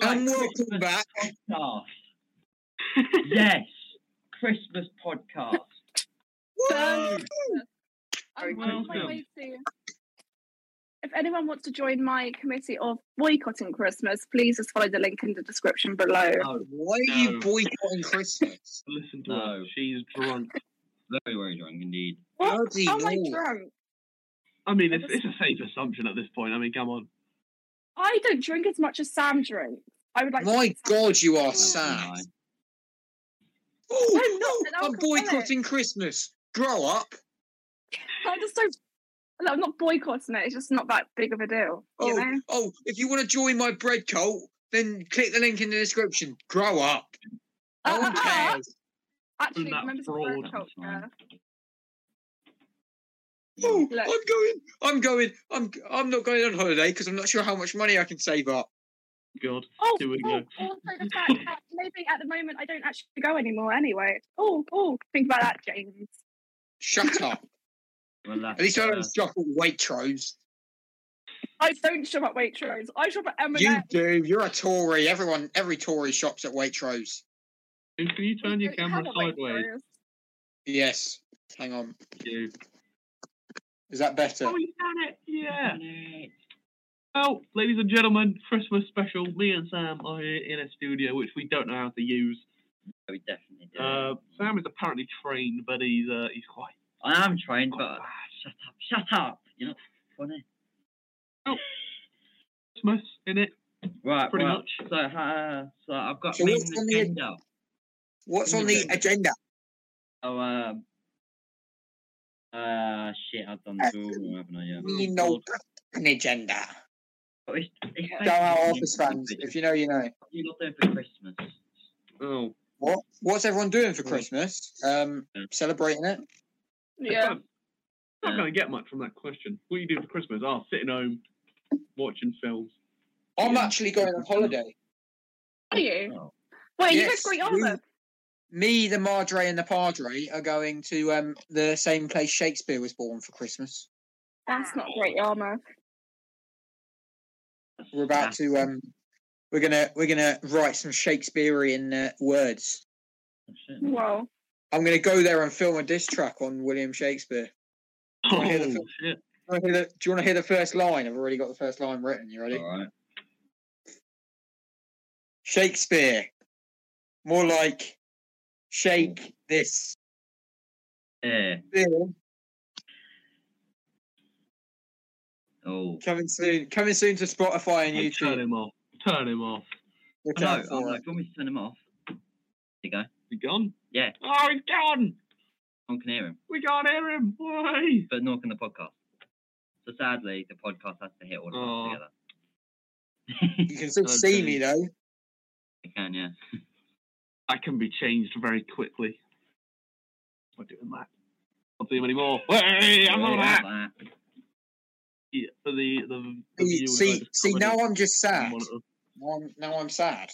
welcome back. podcast. yes, Christmas podcast. Woo! I'm Very on my welcome. way to- If anyone wants to join my committee of boycotting Christmas, please just follow the link in the description below. Oh, No, Why are you No. boycotting Christmas? Listen to No. her. She's drunk. Very, very drunk indeed. What? Oh Bloody Am I hell. drunk? I mean, it's, Ever it's a safe assumption at this point. I mean, come on. Oh, I don't drink as much as Sam drinks. I would like. to My think Sam- God, you are Oh, sad. my. Oh, I'm no, not an I'm alcoholic. boycotting Christmas. Grow up. I just don't. no, I'm not boycotting it. It's just not that big of a deal. Oh, You know? oh, if you want to join my bread cult, then click the link in the description. Grow up. No Uh, one uh, uh, cares. Actually, Isn't that remember fraud? the That's fine. culture. Oh, Look. I'm going. I'm going. I'm. I'm not going on holiday because I'm not sure how much money I can save up. God. Oh, Here we oh, go. also the fact that maybe at the moment I don't actually go anymore anyway. Oh, oh, think about that, James. Shut up. Well, At least I that's, don't shop at Waitrose. I don't shop at Waitrose. I shop at M&S. You do. You're a Tory. Everyone, every Tory shops at Waitrose. Can you turn your Don't camera have a sideways? Waitrose. Yes. Hang on. You. Is that better? Oh, you done it. Yeah. Well, ladies and gentlemen, Christmas special. Me and Sam are here in a studio which we don't know how to use. uh, we definitely do. Uh, Sam is apparently trained, but he's uh, he's quite. I am trained, but Oh. shut up, shut up. You're not funny. Oh, Christmas in it. Right, Pretty well, much. So, uh, so I've got So me what's and on the the agenda. What's on the agenda? Oh, um, uh, shit, I've done this all wrong, haven't I? Yeah. We know an agenda. But it's, it's Don't Go out, basically- office fans. If you know, you know. What are you not doing for Christmas? Oh, What? What's everyone doing for Christmas? Um, celebrating it. Yeah. I'm not going to get much from that question. What do you do for Christmas? Oh, sitting home, watching films. I'm Yeah. actually going on holiday. Are you? Oh, Wait, you Yes, guys Greek we- Olive? Me, the Madre, and the Padre are going to um the same place Shakespeare was born for Christmas. That's not Great Yarmouth. We're Ah. about to um, we're gonna we're gonna write some Shakespearean uh, words. shit. Well, I'm gonna go there and film a diss track on William Shakespeare. Oh, hear the film. shit. Do you want to hear the, do you wanna hear the first line? I've already got the first line written. You ready? Alright. Shakespeare, more like shake this. Yeah. Beer. Oh. Coming soon. Coming soon to Spotify and Hey, Turn YouTube. him off. Turn him off. Look I know, I out know. for Do it. you want me to turn him off? There you go. He gone? Yeah. Oh, he's gone. No one can hear him, We can't hear him. Why? but no one can the podcast. So sadly, the podcast has to hit all of Aw. us together. You can still Okay. see me though. I can, yeah. That can be changed very quickly. We're doing that. Not doing anymore. Hey, I'm on that. Yeah, for the the, the See, viewers, I see, just see, now commented I'm just on sad. one of them. Now I'm, now I'm sad.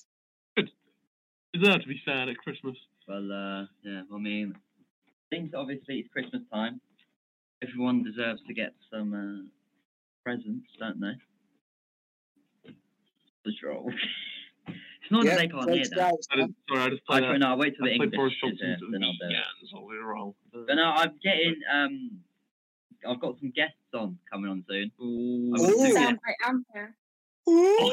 Deserve to be sad at Christmas. Well, uh, yeah, I mean, things obviously it's Christmas time. Everyone deserves to get some uh, presents, don't they? For sure. it's not Yeah, that they can't so hear it's that. loud, I just, sorry, I just I played. try, that. no, I'll wait till I the played Boris English is Johnson's there, and then I'll do it. Scans all the wrong. But no, I'm getting, um, I've got some guests on coming on soon. Ooh. I've got Ooh. two Sam, guests. I am here. Ooh.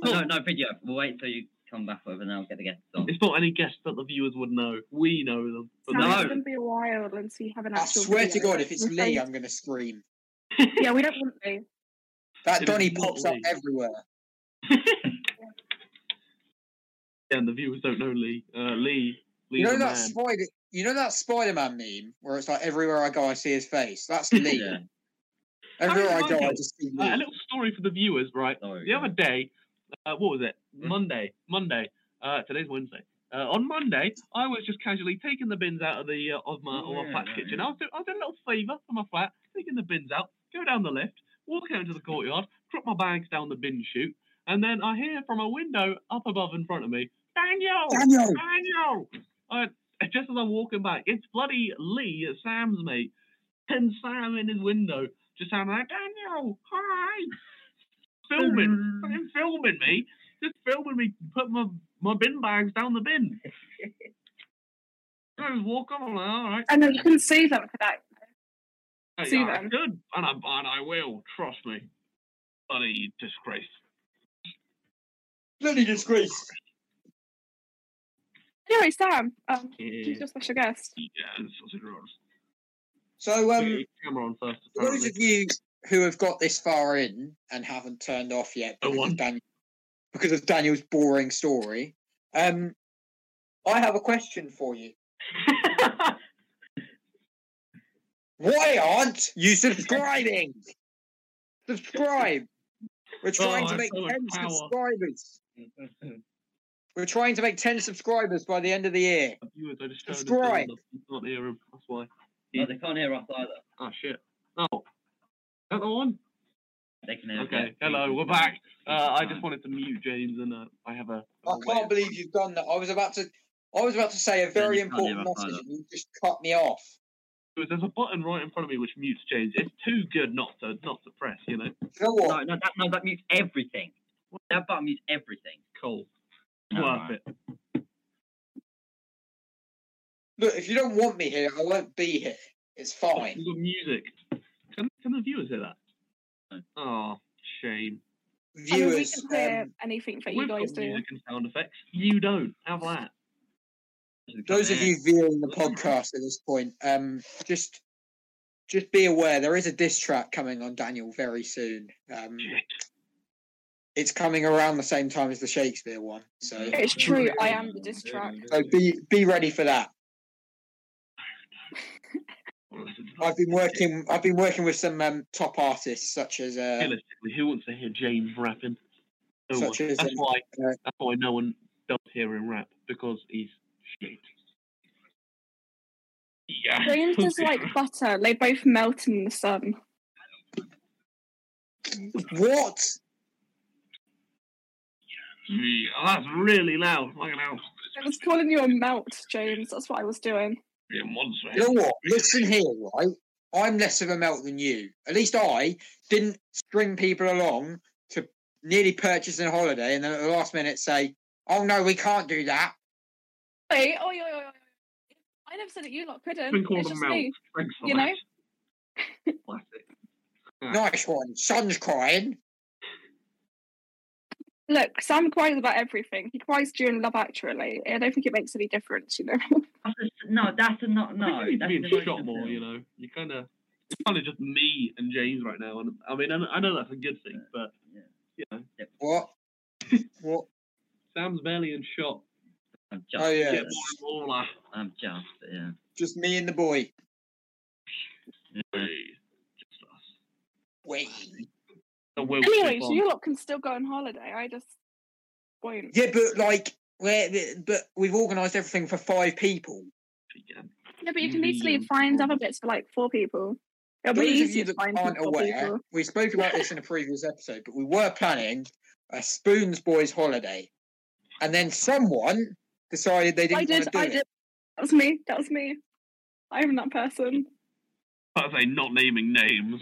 Oh, no, no video. We'll wait till you come back over, and I'll get the guests on. It's not any guest that the viewers would know. We know them. But Sam, no. It's going to be a while until you have an I actual swear to video. God, if it's We're Lee, saying- I'm going to scream. Yeah, we don't want Lee. That It is Donny not pops up Lee. everywhere. and the viewers don't know Lee. Uh, Lee. Lee's You know a that man. spider. You know that Spider-Man meme where it's like everywhere I go, I see his face. That's Lee. Yeah. Everywhere I How did go, I Michael- just see Uh, a Lee. little story for the viewers, right? Sorry, The yeah. other day, uh, what was it? Monday. Monday. Uh, today's Wednesday. Uh, on Monday, I was just casually taking the bins out of the uh, of my of my Yeah, flat's yeah, kitchen. yeah. I was doing, I was doing a little favour for my flat, taking the bins out, go down the lift, walk out into the courtyard, drop my bags down the bin chute, and then I hear from a window up above in front of me, Daniel, Daniel. Daniel. I, just as I'm walking back, it's bloody Lee, Sam's mate, and Sam in his window, just sounding like Daniel, hi, filming, fucking filming me. just filming me putting my, my bin bags down the bin. I just walk on, all right. I know Oh, you can sue them for that. Hey, See I then. should, and I, and I will, trust me. Bloody disgrace. Bloody disgrace. Anyway, Sam, um, Yeah, she's your special guest. yeah sausage rolls. So, um, Yeah, camera on first, For those apparently. of you who have got this far in and haven't turned off yet Go because on. of, Daniel, because of Daniel's boring story, um, I have a question for you. Why aren't you subscribing? Subscribe. We're trying to I've make got a 10 power. subscribers. We're trying to make 10 subscribers by the end of the year. Viewers, I just turned it down, Subscribe. I can't hear him, That's why. No, they can't hear us either. Oh, shit. No. Is that the one? They can hear Okay, us. hello, we're back. Uh, I just wanted to mute James, and uh, I have a. I I have a way can't of- believe you've done that. I was about to. I was about to say a very you can't hear important us message, either. and you just cut me off. There's a button right in front of me which mutes James. It's too good not to not to press, you know. You know No, what? no, that, no, that mutes everything. That button mutes everything. Cool. No, Worth no. it. Look, if you don't want me here, I won't be here. It's fine. We've got music. Can, can the viewers hear that? No. Oh, shame. I mean, we viewers. can hear um, anything that you We've guys got do. music and sound effects. You don't. Have that. those of you viewing the podcast at this point, um, just just be aware there is a diss track coming on Daniel very soon. Um, Shit. it's coming around the same time as the Shakespeare one, so It's true, I am the diss track. so be be ready for that. Well, listen to that. I've been working. I've been working with some um, top artists such as uh, Realistically, who wants to hear James rapping? No one. Such as, That's um, why. uh, That's why no one does hear him rap because he's shit. Yeah. James is like butter. They both melt in the sun. what? Gee, oh, that's really loud. Fucking hell. I was calling you a melt, James. That's what I was doing. Be a monster. You know what? Listen here, right? I'm less of a melt than you. At least I didn't string people along to nearly purchase a holiday and then at the last minute say, "Oh no, we can't do that." Hey, oh, oi, oi, oi, oi. I never said that you lot couldn't. Been called it's a just melt. me. Thanks for you that. know? Classic. Nice one. Son's crying. Look, Sam cries about everything. He cries during Love Actually. I don't think it makes any difference, you know. That's a- No, that's a not. I No, think that's you need to an be in shot emotional more. film. You know, you kind of it's kind of just me and James right now, and I mean, I know, I know that's a good thing, but Yeah. you know, What? what? Sam's barely in shot. I'm just, Oh yeah, Get more and more like, I'm just, yeah. just me and the boy. yeah. hey, just us. Wait. The Wiltshire Anyway, so Farm. you lot can still go on holiday. I just won't. Yeah, but like, where? But we've organised everything for five people. Yeah. Yeah, but you can easily Yeah. find other bits for like four people. It'll be Those of you easy to that find aren't four aware, people. we spoke about this in a previous episode, but we were planning a Spoons Boys holiday, and then someone decided they didn't I did, want to do I it. did. That was me. That was me. I am that person. I say not naming names.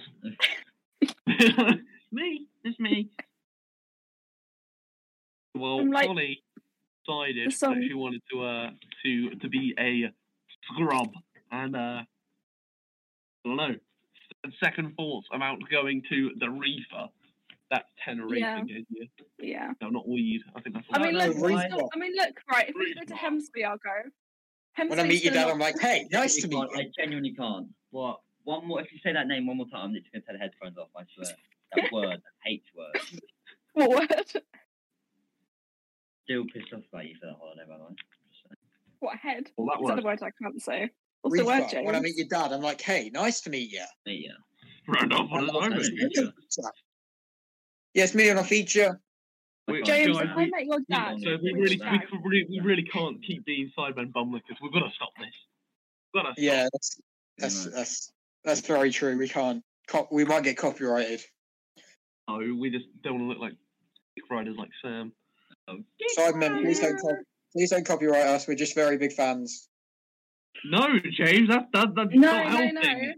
me, it's me. Well, I'm like- Holly decided The song- that she wanted to uh to to be a scrub and uh I don't know s- second thoughts about going to the reefer. That's Tenerife Yeah. again, yeah. Yeah. No, not weed. I think that's I what- mean, no, look. Reece it's not- I mean, look. Right. If we go to Reece Hemsby, I'll go. Hemsby's When I meet still your dad, not- I'm like, hey, nice to Genuinely meet can't- you. I genuinely can't. What? One more. If you say that name one more time, I'm literally gonna tear the headphones off. I swear. That word, that H word. What word? Still pissed off about you for that holiday, by the way. Just saying. What head? Well, What's that the was other word I can't say? What's the word, Reefer. When I James? meet your dad, I'm like, hey, nice to meet you. But yeah. round off on his I own. don't know. Yeah. Yes, me and a feature. I Wait, can't- James, Guys, if I we- met your dad, So we Which really, bag? we, really, we really can't keep being sidemen bum lickers. We've got to stop this. We've got to Yeah, that's that's Right. that's, that's very true. We can't. Co- we might get copyrighted. No, Oh, we just don't want to look like dick riders like Sam. Sidemen, please don't cop- please don't copyright us. We're just very big fans. No, James, that, that, that's No, not no, helping. no.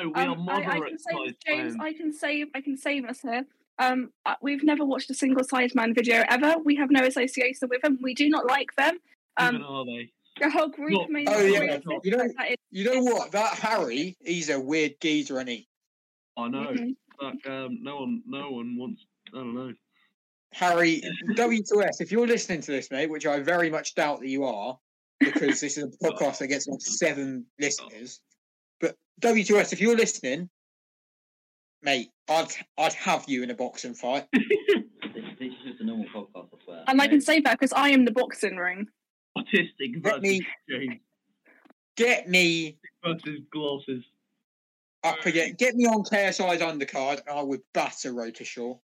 No, we are Um, I, I moderate can save sized James. fans. I can save. I can save us here. Um, uh, we've never watched a single Sideman video ever. We have no association with them. We do not like them. Even Um, are they? the whole group Not- made Oh, me yeah, realize not- You know, that it- you know what? That Harry, he's a weird geezer, and he I know. Mhm. Like, um, no one, no one wants. I don't know. Harry W2S. If you're listening to this, mate, which I very much doubt that you are, because this is a podcast that gets like seven listeners. But W2S, if you're listening, mate, I'd I'd have you in a boxing fight. This, this is just a normal podcast, I swear. and I can say that because I am the boxing ring. Autistic Let versus me James get me versus glasses. up again. Get me on KSI's undercard, and I would batter Rotashaw.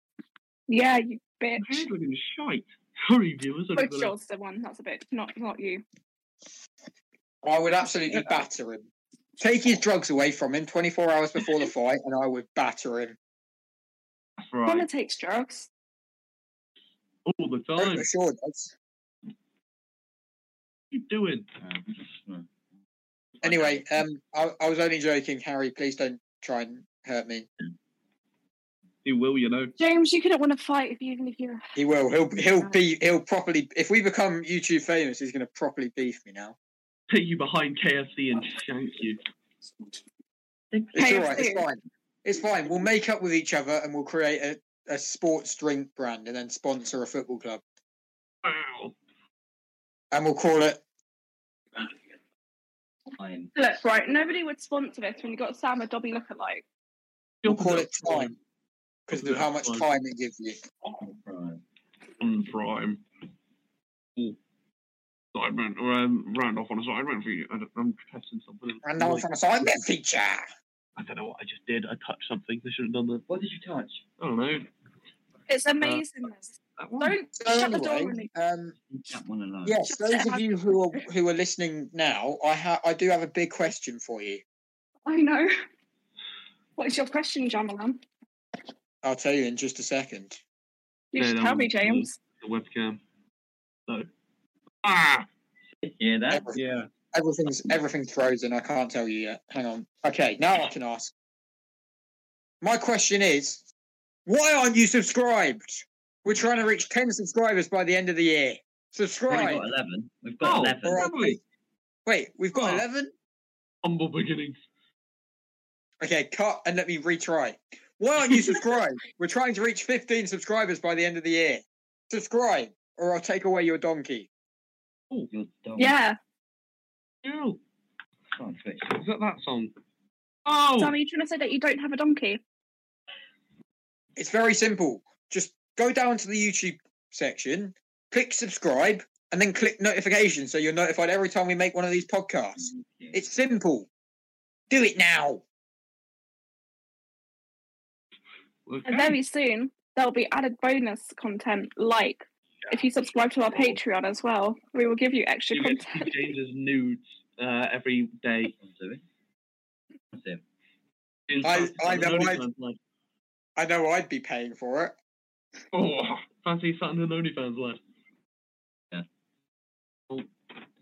Yeah, you bitch. He's looking shite. Sorry, viewers. I'm Butch gonna- Shaw's the one. That's a bitch, not not you. I would absolutely batter him. Take his drugs away from him 24 hours before the fight, and I would batter him. That's Connor right. takes drugs. All the time. What Rotashaw does. you doing? Um, Anyway, um, I, I was only joking, Harry. Please don't try and hurt me. He will, you know. James, you couldn't want to fight if even if you. He will. He'll he'll be he'll properly. If we become YouTube famous, he's going to properly beef me now. Take you behind KFC and shank you. It's Hey, all right. It's Sue. fine. It's fine. We'll make up with each other and we'll create a, a sports drink brand and then sponsor a football club Wow. and we'll call it. Fine. Look, right, nobody would sponsor this when you got Sam a Dobby lookalike. We'll Jumping call up it time because of how much Fine. time it gives you. Right. on Prime. Oh. Sideman, or, um, round off on a sideman for you. I don't, I'm testing something. And now from a side net feature. I don't know what I just did. I touched something. I should have done that. What did you touch? I don't know. It's amazing. this. That one. Don't So shut the door on anyway, me. um, Leave That one alone. yes, Shut those of up. you who are who are listening now, I ha- I do have a big question for you. I know. What is your question, Jamalan? I'll tell you in just a second. You No, should no, tell me, we'll- James. The webcam. So. Ah! Yeah, that. Everything- Yeah. Everything's everything's frozen. I can't tell you yet. Hang on. Okay, now I can ask. My question is, why aren't you subscribed? We're trying to reach ten subscribers by the end of the year. We've only Subscribe. got 11. We've got Oh, 11. Alright. probably. Wait, we've got Oh. eleven. Humble beginnings. Okay, cut and let me retry. Why aren't you subscribed? We're trying to reach fifteen subscribers by the end of the year. Subscribe, or I'll take away your donkey. You're dumb. Yeah. Ew. Come on, Twitch. Is that that song? Oh! Sam, are you trying to say that you don't have a donkey? It's very simple. Just go down to the YouTube section, click subscribe, and then click notifications so you're notified every time we make one of these podcasts. It's simple. Do it now. Okay. And very soon, there'll be added bonus content, like if you subscribe to our Patreon as well, we will give you extra You get to content. see James's nudes uh, every day. What's he doing? That's him. In I- fact, I it's know an I've- OnlyFans lad. I know I'd be paying for it. Oh, fancy sat in an OnlyFans lad. Yeah. Oh,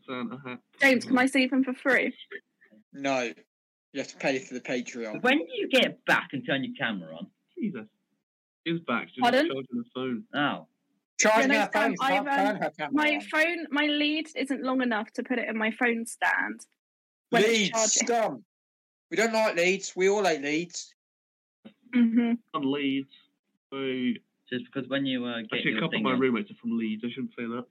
Santa hat. James, can I see them for free? No. You have to pay for the Patreon. When do you get back and turn your camera on? Jesus. His back. She's Pardon? charging the phone. Oh. Charging Yeah, our no, Sam, phones. Can't I've, turn um, her camera My on. phone, my lead isn't long enough to put it in my phone stand. when it's Leeds, charging. scum. We don't like Leeds. We all hate Leeds. hmm From Leeds. So, Just because when you uh, get actually, a your couple of thing my on, roommates are from Leeds. I shouldn't say that.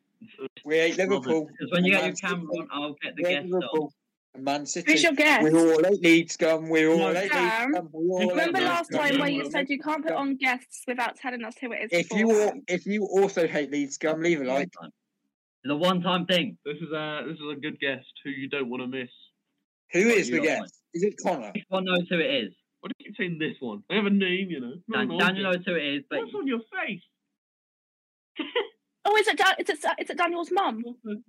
We hate Liverpool. because when you get your Man City. camera on, I'll get the We hate guest on. Liverpool. And Man City. Who's your guest? We all hate Leeds, scum. We all No, hate Sam. Leeds, scum. We all hate Remember Leeds, last scum. time where We you all said hate you can't put Leeds, on guests without telling us who it is? scum. If you all, beforehand? if you also hate Leeds, scum, leave a like. It's a one-time thing. This is a this is a good guest who you don't want to miss. Who Right, is you the lot guest? Is it Connor? Everyone knows who it is. Why do you keep saying this one? I have a name, you know. not Dan, an Daniel object. knows who it is, but What's on your face? Oh, is it? Da- is it? Sa- Is it Daniel's mum? What the-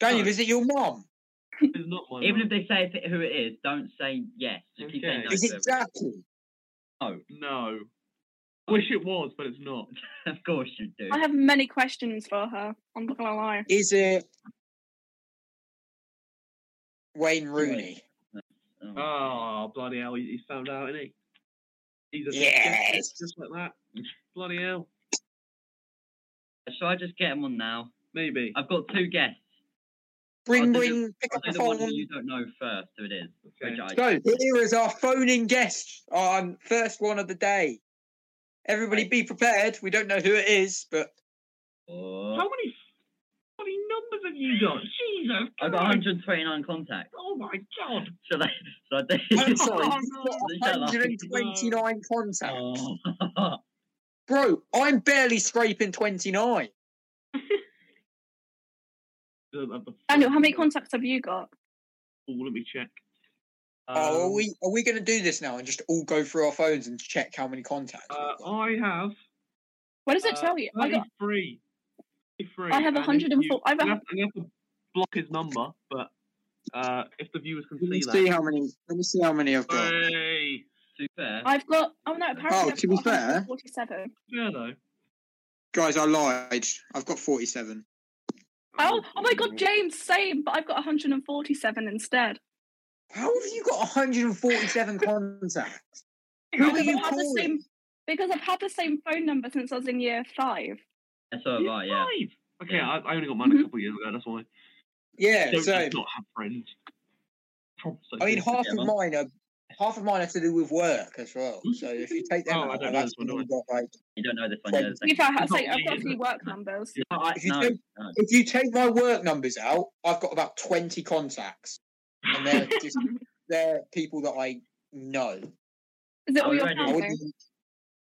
Daniel, No. is it your mom? It's not my even if name. they say if it- who it is, don't say yes. Just keep saying Okay. no. Is to it Jackie? everyone. No. Wish it was, but it's not. No, of course you do. I have many questions for her. I'm not gonna lie. Is it Wayne Rooney? Oh. Ah, Oh, bloody hell. He, he's found out, isn't he? He's a Yes. just like that. Bloody hell. Shall I just get him on now? Maybe. I've got two guests. Bring, I'll do the- bring, pick I'll up do the the one that phone. you don't know first who it is. Okay. Which I, So here is our phone-in guest on first one of the day. Everybody, be prepared. We don't know who it is, but Oh. How many bloody numbers have you got? Jesus I've got Christ. 129 contacts. Oh my god. Should I? Should I I'm do? sorry, Oh, you've got no. 129 contacts, Oh. bro. I'm barely scraping 29. Don't have the Daniel, how many phone. contacts have you got? Oh, let me check. oh, are Um, we are we going to do this now and just all go through our phones and check how many contacts? we've Uh, got? I have What does it Uh, tell you? I got, 33. 33. I have and if 104 you- I've a you hun- have, to- you have to block his number, but uh, if the viewers can Let me see see that. how many. Let me see how many I've got. Hey! To be fair, I've got. Oh no, apparently Oh, I've to be got fair- 47. Yeah, though. Guys, I lied. I've got 47. Oh, oh my God, James, same, but I've got 147 instead. How have you got 147 contacts? Who are Because you I've had the calling? same because I've had the same phone number since I was in year five. that's all right, yeah. Five. Oh, Okay, Yeah. I, I only got mine Mhm. a couple of years ago, that's why. Yeah, Don't so just not have friends. Promise I mean, do. half of together. mine are half of mine have to do with work as well. So if you take them Oh, I out, don't know that's this one, when do you've got like You don't know this one. Well, you know the To be second fair, I've, It's not say, I've got a me, few is it? work numbers. one. if you no, take- no. if you take my work numbers out, I've got about 20 contacts, and they're just they're people that I know. Is it Are all we your ready? I family? wouldn't-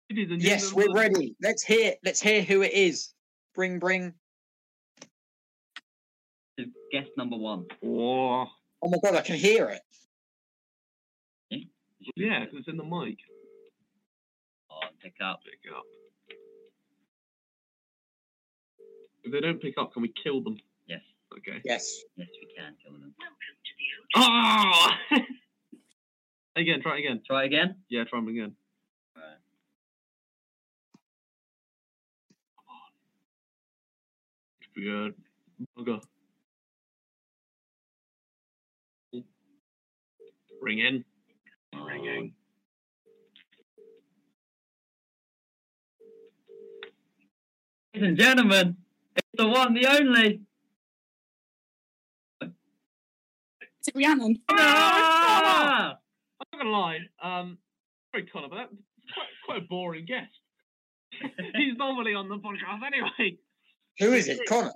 It is a new yes, little- we're ready. Let's hear. Let's hear who it is. Bring, bring. To Guest number one. Oh, Oh my god, I can hear it. yeah, 'cause it's in the mic. Oh, pick up. Pick it up. If they don't pick up, can we kill them? Yes, Okay. Yes. yes, we can kill them. Oh! again, try again. Try again. Yeah, try them again. Right. Yeah. Okay. Ring in. Ringing. Ladies and gentlemen, it's the one, the only. Is it Rhiannon? Ah! I'm not gonna lie. Um, sorry, Connor, but that's quite, quite a boring guest. He's normally on the podcast anyway. Who is it, Connor?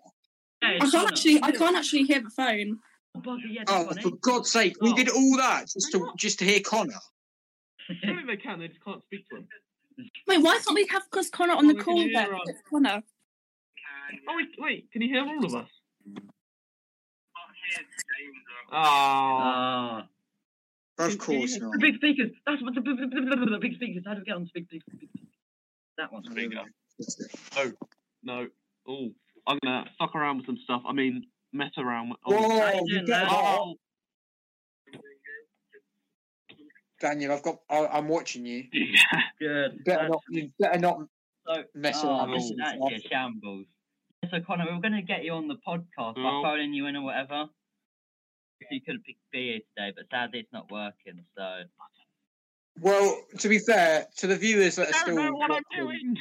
Yeah, I it's can't Connor. actually. I can't actually hear the phone. Oh, bugger, yeah, Oh, this for one, God's sake, we Oh. did all that just to just to hear Connor. eh? I think they can. They just can't speak to him. Wait, why can't we have Chris Connor on the Oh, we can call hear then? her. It's Connor. Oh wait, wait, can you hear all of us? Ah, Ah. Of course The not. big speakers. That's what the, big- big- big- big- big speakers. How do we get on the big, big, big That one. I don't know. no. Oh, I'm gonna fuck around with some stuff. I mean, mess around. With, oh, Whoa, you Daniel, better not. oh, Daniel, I've got. I, I'm watching you. yeah. Good. You better not. You better not So, mess oh, around. this with is this actually a shambles. Yeah, So, Connor, we were going to get you on the podcast Well- by phoning you in or whatever. If you could have picked beer today, but sadly it's not working. So, Well, to be fair, to the viewers that are I still don't know what I'm watching- doing.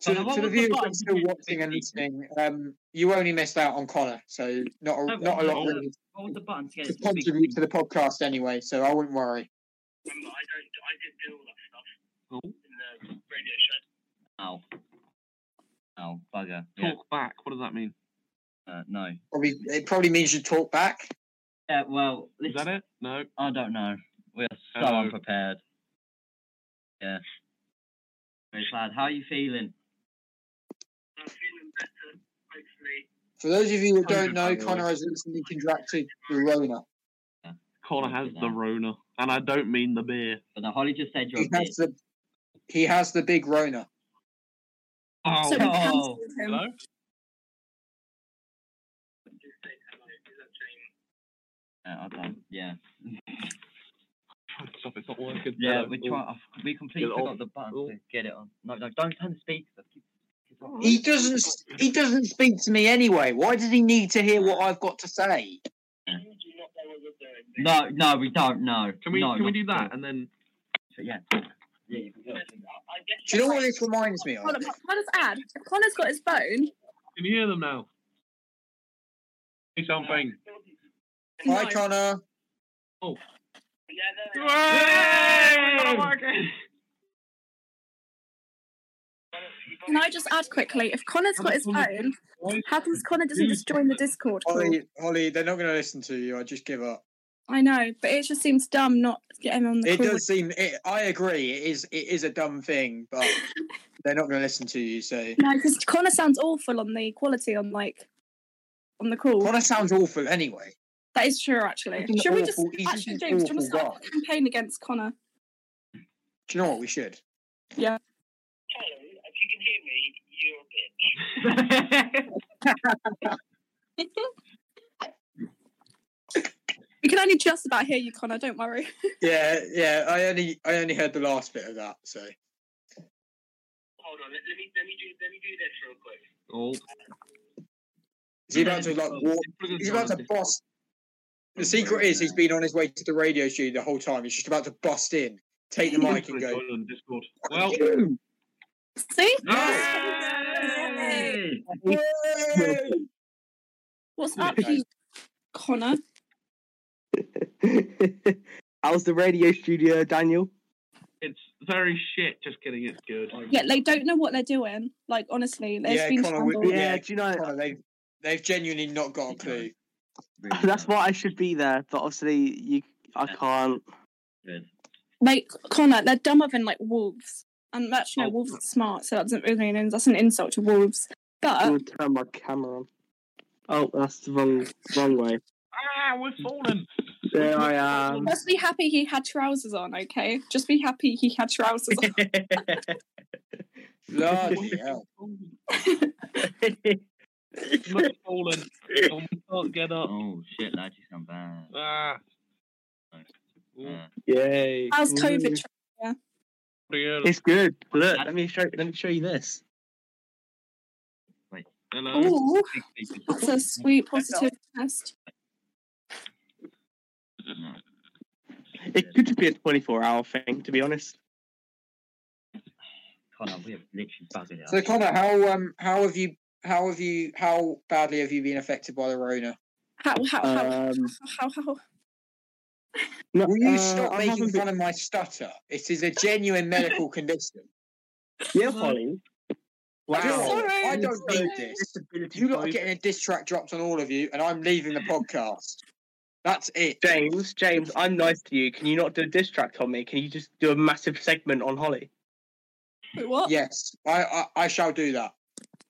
to, Connor, what to the was the viewers that button are still to do watching and the listening, um, you only missed out on Connor, so not a, No, not a lot no. really what was the button to get to it to big contribute to speakers? the podcast anyway. So I wouldn't worry. Ow. Ow, Oh. bugger. Yeah, Talk back. What does that mean? uh, no. Probably it probably means you talk back. Yeah, well, Is this- that it? No. I don't know. We are so Hello. unprepared. Yeah. Very sad. How are you feeling? For those of you that don't know, Hundred Connor has recently contracted the Rona. Connor has the Rona, and I don't mean the beer. But no, Holly just said you're He a has bitch. the he has the big Rona. Oh, So we Oh. cancelled him. hello. Yeah, I don't. Yeah. Trying to stop. It's not working. Yeah, Hello. we Oh. try. I've- We completely Get it off. forgot the button Oh. to get it on. No, no, don't turn the speaker. Keep- keep it on. He doesn't he doesn't speak to me anyway. Why does he need to hear what I've got to say? No, no, we don't. No. Can we no, can we not do at all. that and then So, yeah. Yeah, you can do it. Do you know what this reminds me of? Hold on, Connor's ad. If Connor's got his phone. Can you hear them now? Say something. No. Hi, Connor. Can I just add quickly? If Connor's got his phone, how comes Connor doesn't just join the Discord call? Holly, Holly, they're not going to listen to you. I just give up. I know, but it just seems dumb not getting on the It call. does seem. It, I agree. It is. It is a dumb thing, but they're not going to listen to you. So No, because Connor sounds awful on the quality on like on the call. Connor sounds awful anyway. That is true, actually. He's an Should we just awful- he's just actually, an James, do you want to awful start a campaign against Connor? Do you know what we should? We can only just about hear you, Connor. Don't worry. Yeah, yeah. I only I only heard the last bit of that. So Hold on, let, let me let me do let me do this real quick. Oh, is he about to like walk? He's about to bust. The secret is he's been on his way to the radio studio the whole time. He's just about to bust in, take the mic, and go. On Discord. Well, See? Yay! "Yay!" What's up, you, Connor? How's the radio studio, Daniel? it's very shit. Just kidding. It's good. Yeah, they don't know what they're doing. Like honestly, there's Yeah, been Connor, we- shambles. Yeah, Yeah, do you know? Connor, they've they've genuinely not got a clue. That's why I should be there, but obviously you, I can't. Good. Like Connor, they're dumber than like wolves. And actually, no, Oh. wolves are smart, so that doesn't really mean anything. that's an insult to wolves. But I'm gonna turn my camera on. Oh, that's the wrong wrong way. Ah, we're falling. There I am. Let's be happy he had trousers on, okay? Just be happy he had trousers on. Bloody hell! We're falling. And we can't get up. Oh shit, that just sounds bad. Ah. Mm, Uh, Yay! Mm. How's COVID? Woo. pretty good. It's good. Look, let me show. Let me show you this. Hello. Oh, big people. that's a sweet positive test. No. It could just be a 24-hour thing, to be honest. Connor, we have literally buggered it So up. Connor, how um how have you how have you how badly have you been affected by the Rona? How, how, Uh, how, Um, how, how, how? no, Will you uh, stop I making haven't fun of my stutter? It is a genuine medical condition. been- Yeah, Holly. Do you know Wow. what? Sorry. I don't need this. You lot are getting a diss track dropped on all of you, and I'm leaving the podcast. That's it. James, James, I'm nice to you. Can you not do a diss track on me? Can you just do a massive segment on Holly? Wait, what? Yes, I, I I shall do that.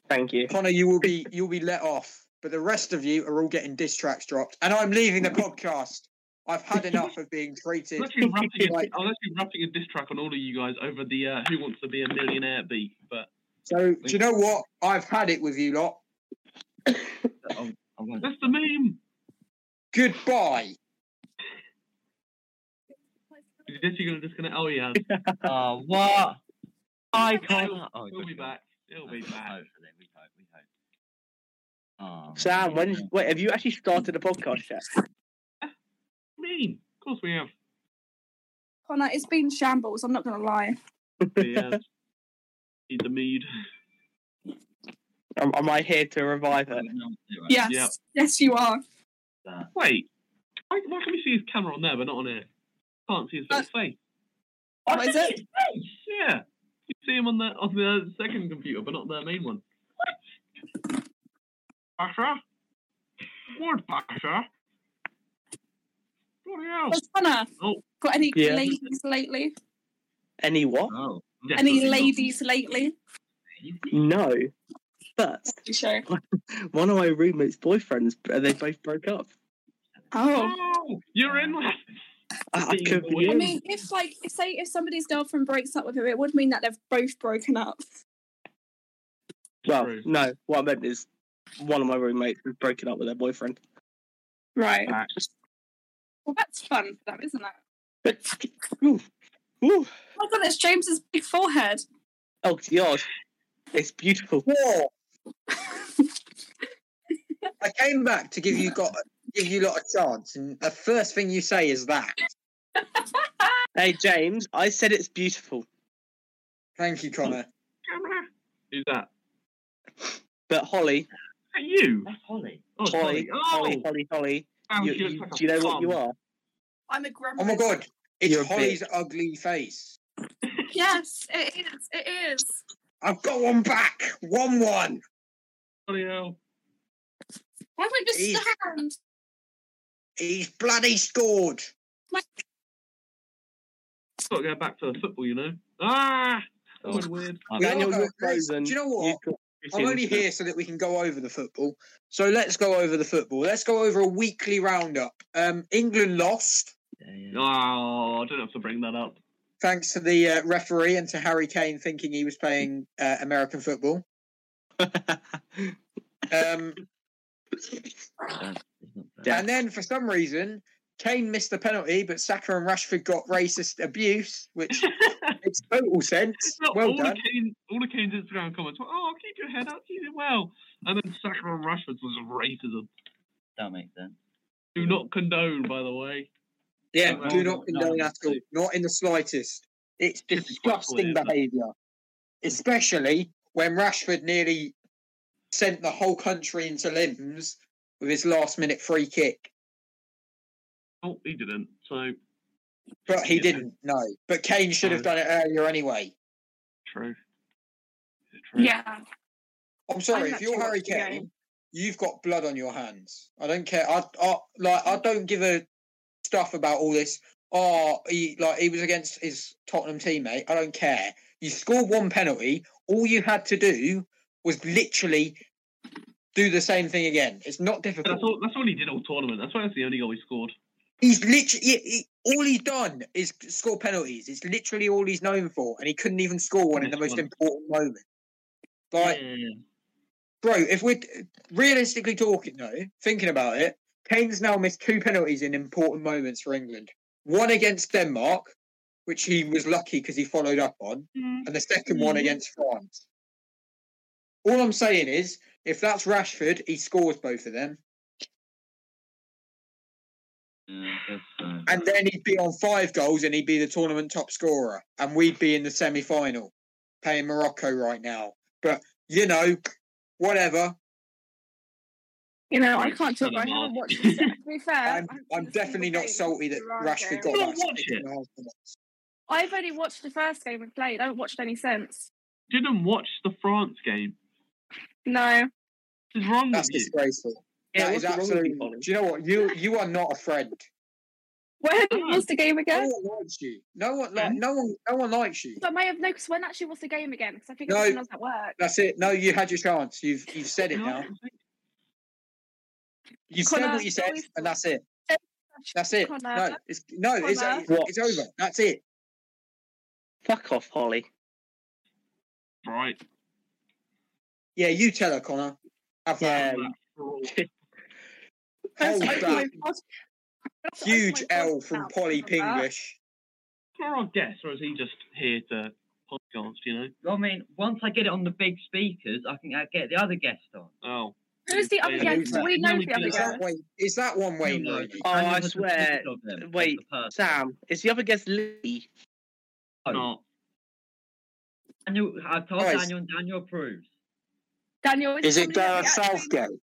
Thank you. Connor, you will be you'll be let off, but the rest of you are all getting diss tracks dropped, and I'm leaving the podcast. I've had enough of being treated. I'm actually, rapping, I was actually rapping a diss track on all of you guys over the uh, Who Wants to Be a Millionaire beat, but So do you know what? I've had it with you lot. Oh, I want that's the meme. Goodbye. Is this you gonna disconnect? Oh yeah, Oh, what? I can't. Oh, he'll be God. back. He'll be We back. hope for them, we hope, we hope. Oh, Sam, when man. wait, have you actually started a podcast yet? Mean. Of course we have. Connor, it's been shambles, I'm not going to lie. Yeah. Need the mead. Am, am I here to revive it? Yes, Yep. yes, you are. Wait, why, why can we see his camera on there but not on here? Can't see his little face. What is it? Yeah, you see him on the on the second computer but not the main one. What? Pasha? What Pasha? Bloody hell! Has Connor Oh. got any Yeah. ladies lately? Any what? Oh, Any Definitely not. ladies lately? No. But Sure. one of my roommate's boyfriends, uh, they both broke up. Oh. Oh, you're in last. I, I Being could boy- be I in. mean, if like, if, say, if somebody's girlfriend breaks up with him, it would mean that they've both broken up. Well, True. no. What I meant is one of my roommates was broken up with their boyfriend. Right. Right. Well, that's fun for them, isn't it? Ooh. Ooh. Oh my god, it's James's big forehead. Oh, God. It's beautiful. War. I came back to give you got give you lot a chance, and the first thing you say is that. Hey, James, I said it's beautiful. Thank you, Connor. Who's that? But Holly, Hey, you. That's Holly. Oh, it's Holly, Holly. Holly, Oh, Holly, Holly. wow, you- she looks you- like a do you know what you plum. are? I'm a grandma. Oh my god, it's You're a Holly's ugly face. Yes. It is. It is. I've got one back. One one. Bloody hell. I don't Jeez. understand. He's bloody scored. Got to go back to the football, you know. Ah, that Oh. was weird. I Yeah, Daniel, no, you're let's- frozen. do you know what? You've got- I'm only here so that we can go over the football. So let's go over the football. Let's go over a weekly roundup. Um, England lost Yeah, yeah. Oh, I don't have to bring that up. thanks to the uh, referee and to Harry Kane thinking he was playing uh, American football. Um, That's- it's not bad. Yeah. And then for some reason, Kane missed the penalty, but Saka and Rashford got racist abuse, which makes total sense. Look, well all, done. the Kane, all the Kane's Instagram comments were, oh, keep your head up, you did well. And then Saka and Rashford's was racism. That makes sense. Do not condone, by the way. Yeah, Well do done. not condone at all. Not in the slightest. It's Should be quite disgusting clear, but- behaviour. Especially when Rashford nearly sent the whole country into limbs with his last minute free kick. Oh, he didn't. So, But he Yeah. didn't, no. But Kane should have No. done it earlier anyway. true. Is it true? Yeah. I'm sorry, if actually you're Harry watching the Kane, you've got blood on your hands. I don't care. I, I like I don't give a stuff about all this. Oh, he like he was against his Tottenham teammate. I don't care. You scored one penalty. All you had to do was literally do the same thing again. It's not difficult. That's all, that's all he did all tournament. That's why that's the only goal he scored. He's literally he, he- all he's done is score penalties. It's literally all he's known for, and he couldn't even score one in the Nice most one. important moment. Like Yeah. bro, if we're realistically talking though, thinking about it, Kane's now missed two penalties in important moments for England. One against Denmark, which he was lucky because he followed up on, and the second Mm-hmm. one against France. All I'm saying is, if that's Rashford, he scores both of them, Yeah, I guess so. and then he'd be on five goals and he'd be the tournament top scorer, and we'd be in the semi final playing Morocco right now. But you know, whatever. You know, I Right, can't talk. shut I him haven't off. watched it. To be fair, I I'm, haven't seen I'm a single definitely not game salty that since the Rashford Ronaldo. You got don't that. watch six and it? a half minutes. I've only watched the first game we played. I haven't watched any since. Didn't watch the France game. No. What is wrong That's with you? disgraceful. Yeah, that what's is wrong with you, absolutely. Do Colin? you know what? You you are not a friend. When Oh. No. was the game No again? one likes you. No one like Friend? no one no one likes you. I may have no, because when actually was the game again? Because I think No. no. I was at work. That's it. No, you had your chance. You've you've said it No, now. You've said Connor, what you said, always- and that's it. That's it. Connor, No, it's no, it's Connor. it's over. That's it. Fuck off, Holly. Right. Yeah, you tell her, Connor. Have Yeah. that. That fraud. that's Held like back. my pod- that's like Huge my L podcast from now, Polly because of that. Pinglish. Is there our guest, or is he just here to podcast, you know? I mean, once I get it on the big speakers, I can I get the other guest on. Oh. Who's the other Yeah, guest? who's that? Do we know Really the other good. Is that guest? Wayne? Is that one Wayne No, no, Rooney? Oh, Daniel I has a swear. picture of them, of Wait, the person. Sam, is the other guest Lee? No. Daniel, I told Guys. Daniel, and Daniel approves. Daniel, Is somebody it that we Gareth actually- Southgate?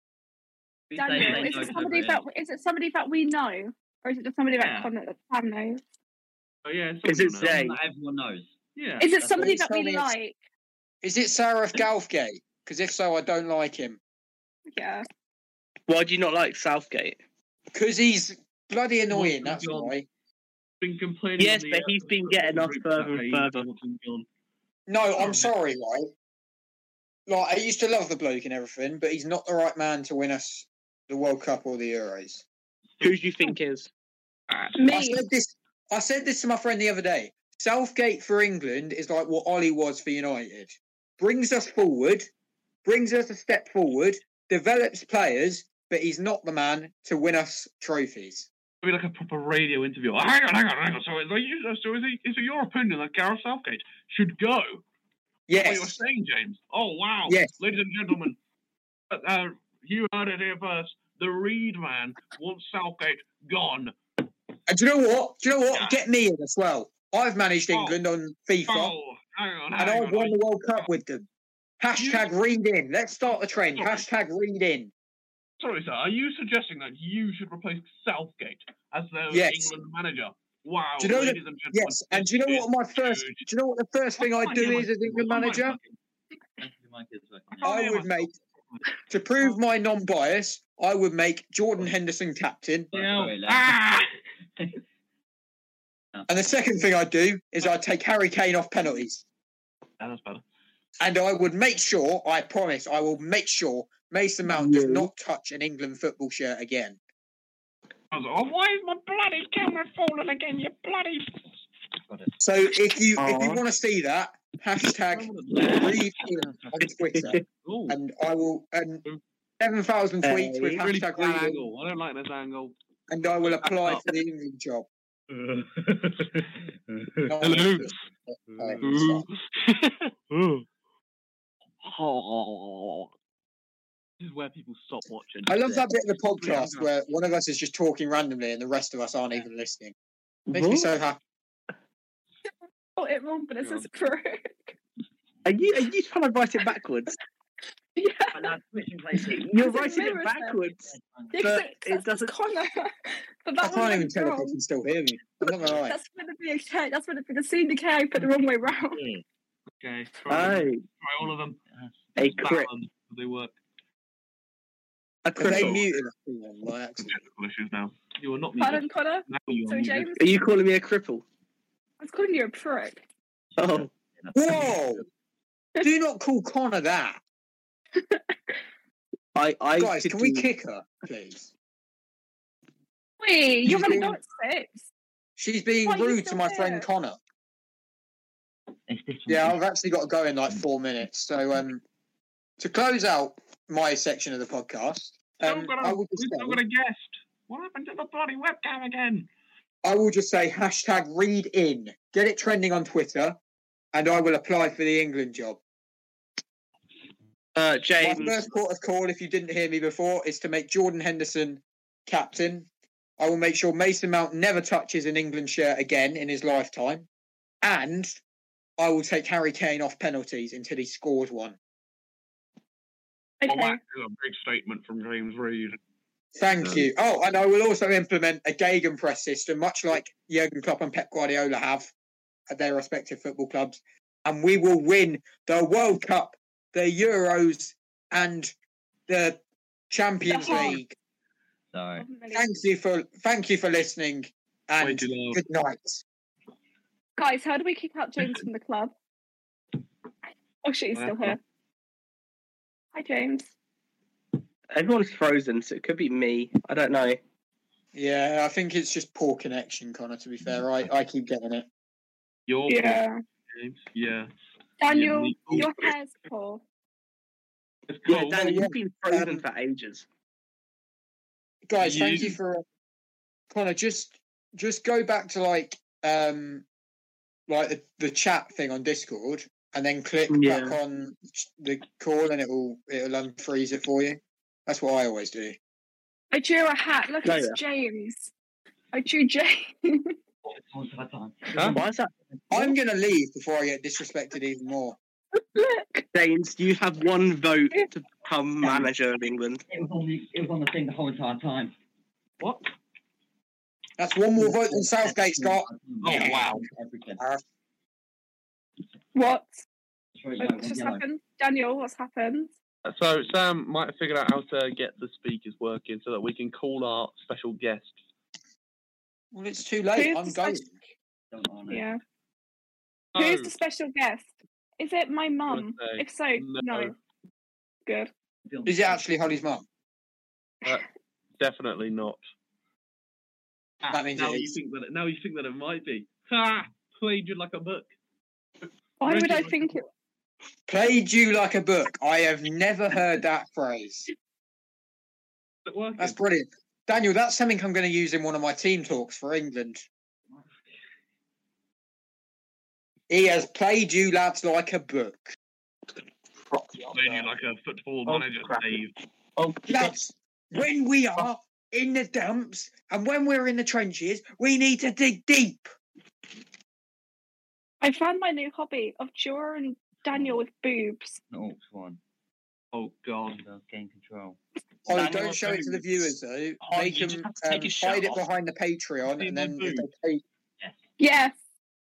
We say Daniel, they is know it who somebody is. that is it somebody that we know, or is it just somebody Yeah. that Connor that Sam knows? Oh, yeah. it's Is it someone else. Zay? Not everyone knows. Yeah. Is it that's somebody what that it's we telling us. like? Is it Sarah Galfgate? Because if so, I don't like him. Yeah. Why do you not like Southgate? Because he's bloody annoying. Well, That's you're- why. been complaining. Yes, on the, but he's uh, been Facebook getting us group further that and he further. wasn't on. No, I'm Oh. sorry, right? Like I used to love the bloke and everything, but he's not the right man to win us the World Cup or the Euros. Who do you think is? I Me. said this. I said this to my friend the other day. Southgate for England is like what Ollie was for United. Brings us forward, brings us a step forward, develops players, but he's not the man to win us trophies. It'd be like a proper radio interview. Oh, hang on, hang on, hang on. So, is, are you, so is, it, is it your opinion that Gareth Southgate should go? What you're Yes, saying, James? Oh, wow. Yes. Ladies and gentlemen, uh, uh, you heard it here first. The Reed man wants Southgate gone. and do you know what? Do you know what? Yeah. Get me in as well. I've managed Oh. England on FIFA. Oh, hang on, and hang I on. won the World Cup with them. Hashtag read in. Let's start the trend. Sorry. Hashtag read in. Sorry, sir. Are you suggesting that you should replace Southgate as the Yes. England manager? Wow, Do you know that- ladies and gentlemen. Yes. And do you know what my first? Do you know what the first thing I do is as England manager? I would make to prove my non-bias. I would make Jordan Henderson captain. Ah! And the second thing I'd do is I'd take Harry Kane off penalties. Yeah, That's better. And I would make sure, I promise, I will make sure Mason Mount does not touch an England football shirt again. I was like, oh, why is my bloody camera falling again? You bloody. So if you if you Aw. want to see that, hashtag read in on Twitter. Ooh, And I will and seven thousand tweets with Hey, really hashtag bad read in, angle. I don't like this angle. and I will apply for the England job. Hello. Mm. Hello. Oh. This is where people stop watching. I love that bit of the podcast where one of us is just talking randomly and the rest of us aren't even listening. Makes me so happy. Got it wrong, but this Yeah. is true. Are you are you trying to write it backwards? yeah, You're Because it writing it mirrors them. backwards. yeah, 'cause But it- 'cause it that's doesn't- Connor. but I that one can't even went tell if wrong. they can still hear me. I'm not gonna lie. That's meant to be a K. That's meant to be the scene to K, but the wrong way round. Okay, try, Oh, them. try all of them. a Bat crit. them, They work. A Have they cripple. muted us all on by accident? Technical issues now. You are not Pardon, muted. Connor. Now you are Sorry, muted. James. Are you calling me a cripple? I was calling you a prick. Oh, Whoa! Do not call Connor that. I I Guys, could can we do- kick her, please? Wait, you're gonna doing- go at six. She's being Why are you rude to still my there? friend Connor. Yeah, I've actually got to go in like four minutes. So, um, to close out my section of the podcast, Still um, got I a- will We've just still say, got a guest. What happened to the bloody webcam again? I will just say hashtag read in, get it trending on Twitter, and I will apply for the England job. Uh, My James, first port of call, if you didn't hear me before, is to make Jordan Henderson captain. I will make sure Mason Mount never touches an England shirt again in his lifetime. And I will take Harry Kane off penalties until he scores one. Okay. Well, that Oh, is a big statement from James Reed. Thank Um, you. Oh, and I will also implement a gegenpress system, much like Jurgen Klopp and Pep Guardiola have at their respective football clubs. And we will win the World Cup, the Euros, and the Champions The whole- League. Sorry. Half a million. Thank you for thank you for listening, Way and too loud. good night. Guys, how do we keep out James from the club? Oh shit, he's still here. Hi, James. everyone's frozen, so it could be me. I don't know. Yeah, I think it's just poor connection, Connor. To be fair, I I keep getting it. Your Yeah. James. Oh, Yeah. Daniel, need- your hair's poor. It's Yeah, cool. Dan, yeah. you've been frozen Um, for ages. guys thank You- you for uh, connor just just go back to like um like the, the chat thing on discord and then click Yeah. back on the call and it'll it'll unfreeze it for you that's what i always do I drew a hat. Look, No, it's yeah. James. I drew James. "Oh, Why is that? i'm gonna leave before i get disrespected even more Look. James, you have one vote to become manager of England. It was on the it was on the thing the whole entire time. What? that's one more vote than southgate's got Oh, wow. Everything. What? Sorry, no, What's one just yellow. happened? Daniel, what's happened? So Sam might have figured out how to get the speakers working so that we can call our special guest. well it's too late Who's i'm the going special- Don't want it. Yeah. Oh, Who's the special guest? Is it my mum? say If so, no. no. Good. Be on the is it phone. actually holly's mum definitely not. Ah, That means now it you is. think that it, now you think that it might be. Ha! Played you like a book. Why would I Regular- think it? played you like a book i have never heard that phrase Is it working? That's brilliant. Daniel, that's something I'm going to use in one of my team talks for England. He has played you lads like a book. Played you like a football Oh, manager, crap. Dave. Oh, Lads, when we are in the dumps and when we're in the trenches, we need to dig deep. I found my new hobby of Jura and Daniel with boobs. An alt one. Oh god. Windows game control. Oh, Daniel don't show it to the Boone. viewers though. Oh, Make you them just um, have to take your shirt hide it off. behind the Patreon, Daniel and then if Boone. they, pay, Yes.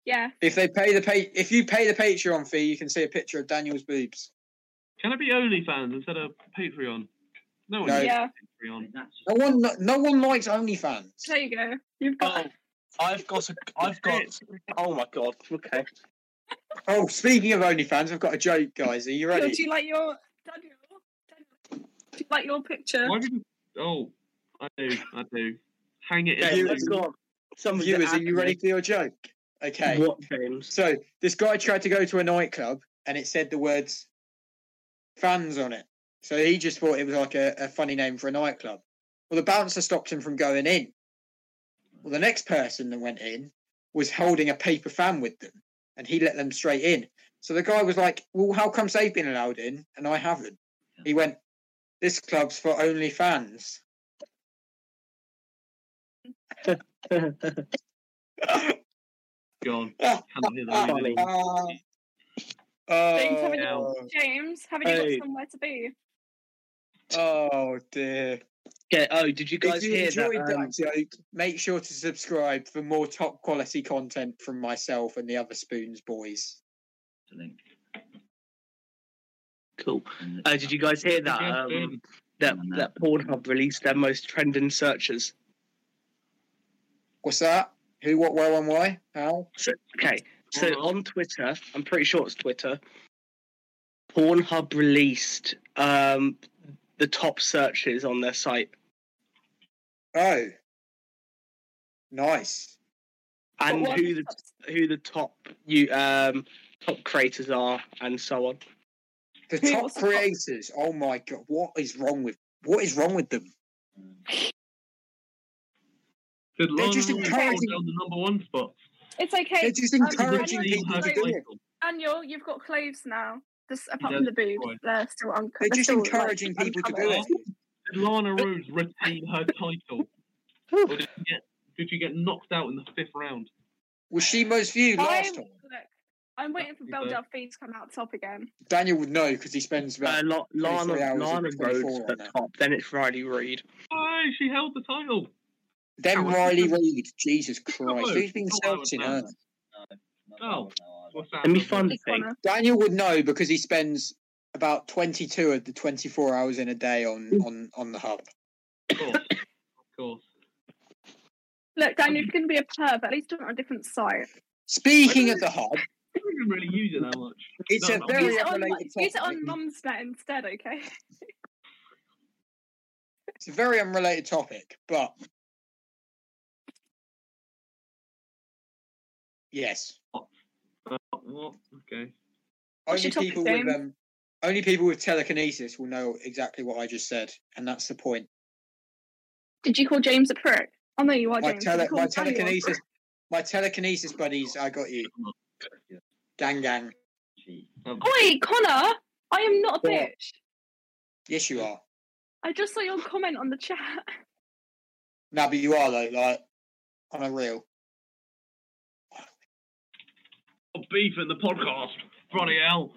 Yeah. if they pay the pay, if you pay the Patreon fee, you can see a picture of Daniel's boobs. Can I be OnlyFans instead of Patreon? No one No. uses Yeah. I Patreon. mean, that's just No one, no one likes OnlyFans. There you go. You've got Oh, I've got a. I've got. Oh my god. Okay. Oh, speaking of OnlyFans, I've got a joke, guys. Are you your, ready? do you like your Daniel? Daniel, Do you like your picture? Why did you... Oh, I do, I do. Hang it Okay, in. you- let's go on. Some Viewers, are you ready for your joke? Okay. What James? So this guy tried to go to a nightclub and it said the words fans on it. So he just thought it was like a, a funny name for a nightclub. Well, the bouncer stopped him from going in. Well, the next person that went in was holding a paper fan with them and he let them straight in. So the guy was like, Well, how comes they've been allowed in and I haven't? He went, This club's for only fans. Gone. Ah, Cannot hear ah, uh, that either. ah. James, haven't oh, you, James, haven't you Hey. got somewhere to be? oh dear. Okay. Oh, did you guys if you hear enjoyed that? that, um, joke, make sure to subscribe for more top quality content from myself and the other Spoons boys. a link. cool. in the Uh, did you guys hear that? Yes, Um, Boone. that No, no. that Pornhub released their most trending searches. What's that? Who, what, where, and why? How? So, okay. So Pornhub? on Twitter, I'm pretty sure it's Twitter. Pornhub released um, the top searches on their site, Oh, nice. and What- who the who the top you um, top creators are, and so on. Uh, The Who top was the top? creators. Oh my god, what is wrong with what is wrong with them? Good They're lord, just we're all encouraging- down the number one spot. It's okay. They're just um, encouraging Daniel, people to Hard do it. cycle. Daniel, you've got clothes now. This apart Yeah, from the boobs, right. they're still on. They're just still, like, encouraging people to do uncovered. it. Did Lana Rose retain her title? or did she, get, did she get knocked out in the fifth round? Was she most viewed last I'm, time? look, I'm waiting for Belle Exactly. Delphine to come out top again. Daniel would know because he spends Uh, about. La- 23 Lana, hours Lana and 24 Rhodes on at the that. top, then it's Riley Reid. Why? She held the title. Then Howard. Riley Reid. Jesus Christ, Howard. who's been Oh, Howard searching her? Howard. Oh. Not that one, no, What's that? Let me number? find the Pick thing. one up. Daniel would know because he spends about 22 of the 24 hours in a day on Mm. on on the hub. Of course. Of course. Look, Daniel, if you're going to be a perv, at least do it on a different site. Speaking of the hub, I don't even really use it that much. it's No, a no, very Use it on, unrelated like, use it topic. on Mumsnet instead, okay? It's a very unrelated topic, but yes, Uh, what? Okay. What's only your topic, people James? with um, only people with telekinesis will know exactly what I just said, and that's the point. Did you call James a prick? Oh, no, you are, My James. Did you tele, call my Daniel a telekinesis, prick? my telekinesis buddies, I got you, Oh, gang, gang. Jeez. Um, Oi, Connor! I am not a Yeah. bitch. Yes, you are. I just saw your comment on the chat. No, but you are though, like on a real. got beef in the podcast. Bloody hell.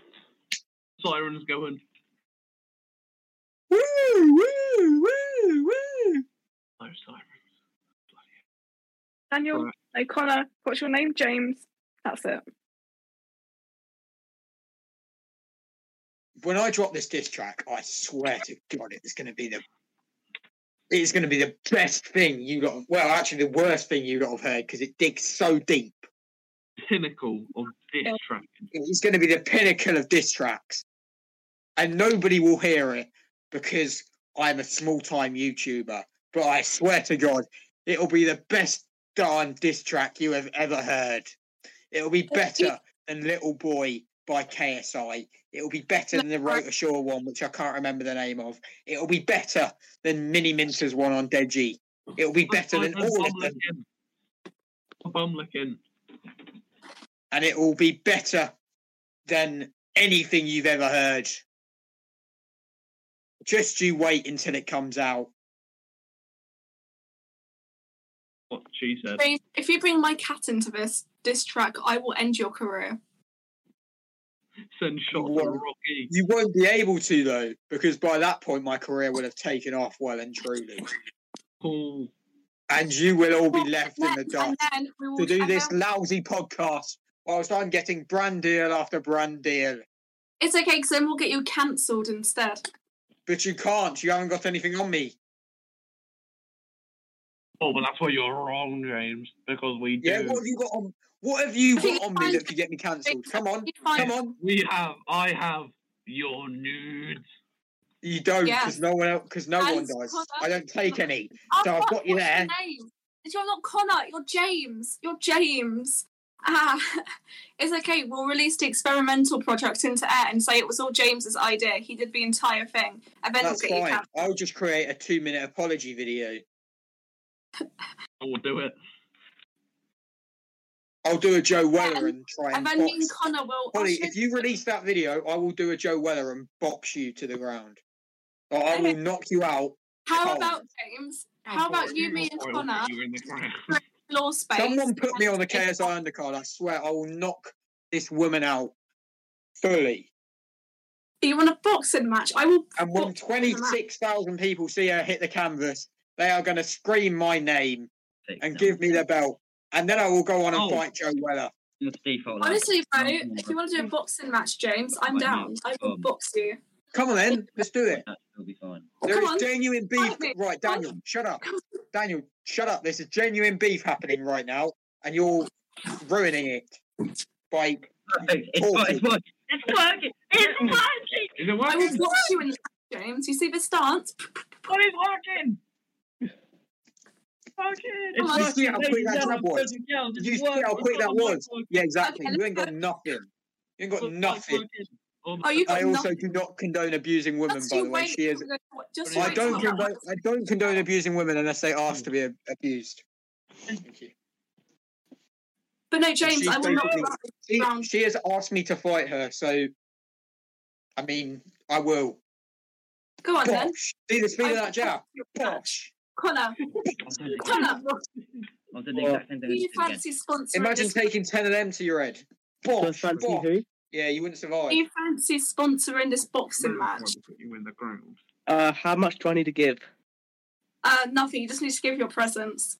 Sirens going. Woo, woo, woo, woo. No sirens. Daniel, Right. no, Connor, what's your name? James. That's it. when I drop this diss track, I swear to God, it's going to be the it's going to be the best thing you got. Well, actually, the worst thing you got have heard because it digs so deep. Pinnacle of diss track. It's going to be the pinnacle of diss tracks, and nobody will hear it because I'm a small time YouTuber. But I swear to God, it'll be the best darn diss track you have ever heard. It'll be better than Little Boy by KSI. It'll be better than the Rotor Shore one, which I can't remember the name of. It'll be better than Mini Minter's one on Deji. It'll be better than all of them, licking. Bum licking. and it will be better than anything you've ever heard. Just you wait until it comes out. what she said. Trace, If you bring my cat into this diss track, I will end your career. Send shot to Whoa. Rocky. You won't be able to though, because by that point my career will have taken off well and truly, Paul. and you will all be left in the And dark then we will- to do and this then- lousy podcast whilst I'm getting brand deal after brand deal. It's okay, because then we'll get you cancelled instead. But you can't. You haven't got anything on me. Oh, but that's where you're wrong, James, because we do. Yeah. What have you got on? What have you Please got on me find- that could get me cancelled? Come on, You come find- on. We have, I have your nudes. You don't, because Yes. no one else, because no And one does. Connor- I don't take any. Oh, So I've what- got you what's your there. name? You're not Connor. You're James. You're James. Ah, it's okay. We'll release the experimental project into air and say it was all James's idea. He did the entire thing. And then That's we'll get you fine. cancelled. I'll just create a two-minute apology video. I will do it. I'll do a Joe Weller and- and try and And then me and box. Connor will. Holly, I'll if you release that video, I will do a Joe Weller and box you to the ground. Or I will Okay. knock you out. How Cold. about James? Oh, How about you, me, and Or I will put Connor? you in the ground. Law space. Someone put me on the and- KSI undercard. I swear, I will knock this woman out fully. You want a boxing match? I will. And when box- twenty-six thousand people see her hit the canvas, they are going to scream my name Fixed and now. give me their belt, and then I will go on and Oh. fight Joe Weller. It's default. like, Honestly, bro, Nothing if wrong you want to do a boxing match, James, I'm Right down. now, I will um, box you. Come on, then, let's do with it. that, it'll be fine. There Oh, Come is on. genuine beef. Fight me. Right, Come Daniel, shut up. Daniel, shut up. There's a genuine beef happening right now, and you're ruining it by Perfect. It's, wor- it's working. It's working. It's working. Is it I will working? box you in the James. You see this dance? What is working? Fucking. Did Come you on. see how quick that jab was? Did you see how quick that was? Yeah, exactly. Okay, You ain't let's got nothing. You ain't got nothing. Oh, you got I also nothing. do not condone abusing women, Just by you the way. wait She is. till the- Just I wait don't till Hmm. the- condone. I don't condone abusing women unless they ask to be a- abused. Thank you. But no, James, She's I will not. basically- box you She, round. she has asked me to fight her, so I mean, I will. Go on then. Posh. See the speed I of will that jab. box you in the match. Posh. Connor, I've done the- Connor, I've done the exact same do thing. I you just did again. fancy sponsoring? Imagine this- taking ten of them to your head. Do I Bosh. fancy bosh. who? Yeah, you wouldn't survive. Do you fancy sponsoring this boxing I match? will put you in the ground. Uh, how much do I need to give? Uh, nothing. You just need to give your presence.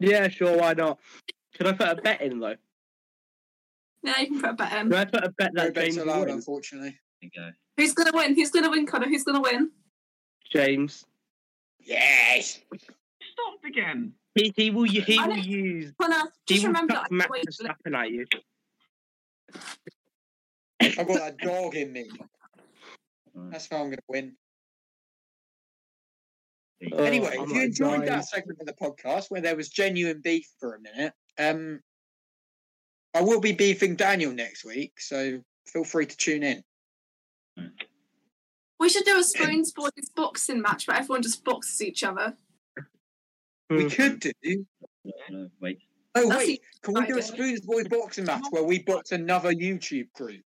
Yeah, sure, why not? Could I put a bet in though? Yeah, you can put a bet in. Could I put a bet No that bets James allowed, wins? unfortunately. There you go. Who's gonna win? Who's gonna win, Connor? Who's gonna win? James. Yes. Stopped again. He, he will u- he I will don't- use Connor, he just will remember chuck that. Max wait, Verstappen at you. I've got that dog in me. Right. That's how I'm going to win. There you Oh, go. anyway, I'm if you not enjoyed dying. that segment of the podcast where there was genuine beef for a minute, um, I will be beefing Daniel next week, so feel free to tune in. we should do a spoons boys boxing match where everyone just boxes each other. We Hmm. could do. No, wait. Oh That's wait, can we do a exciting. Spoons Boy boxing match where we box another YouTube group?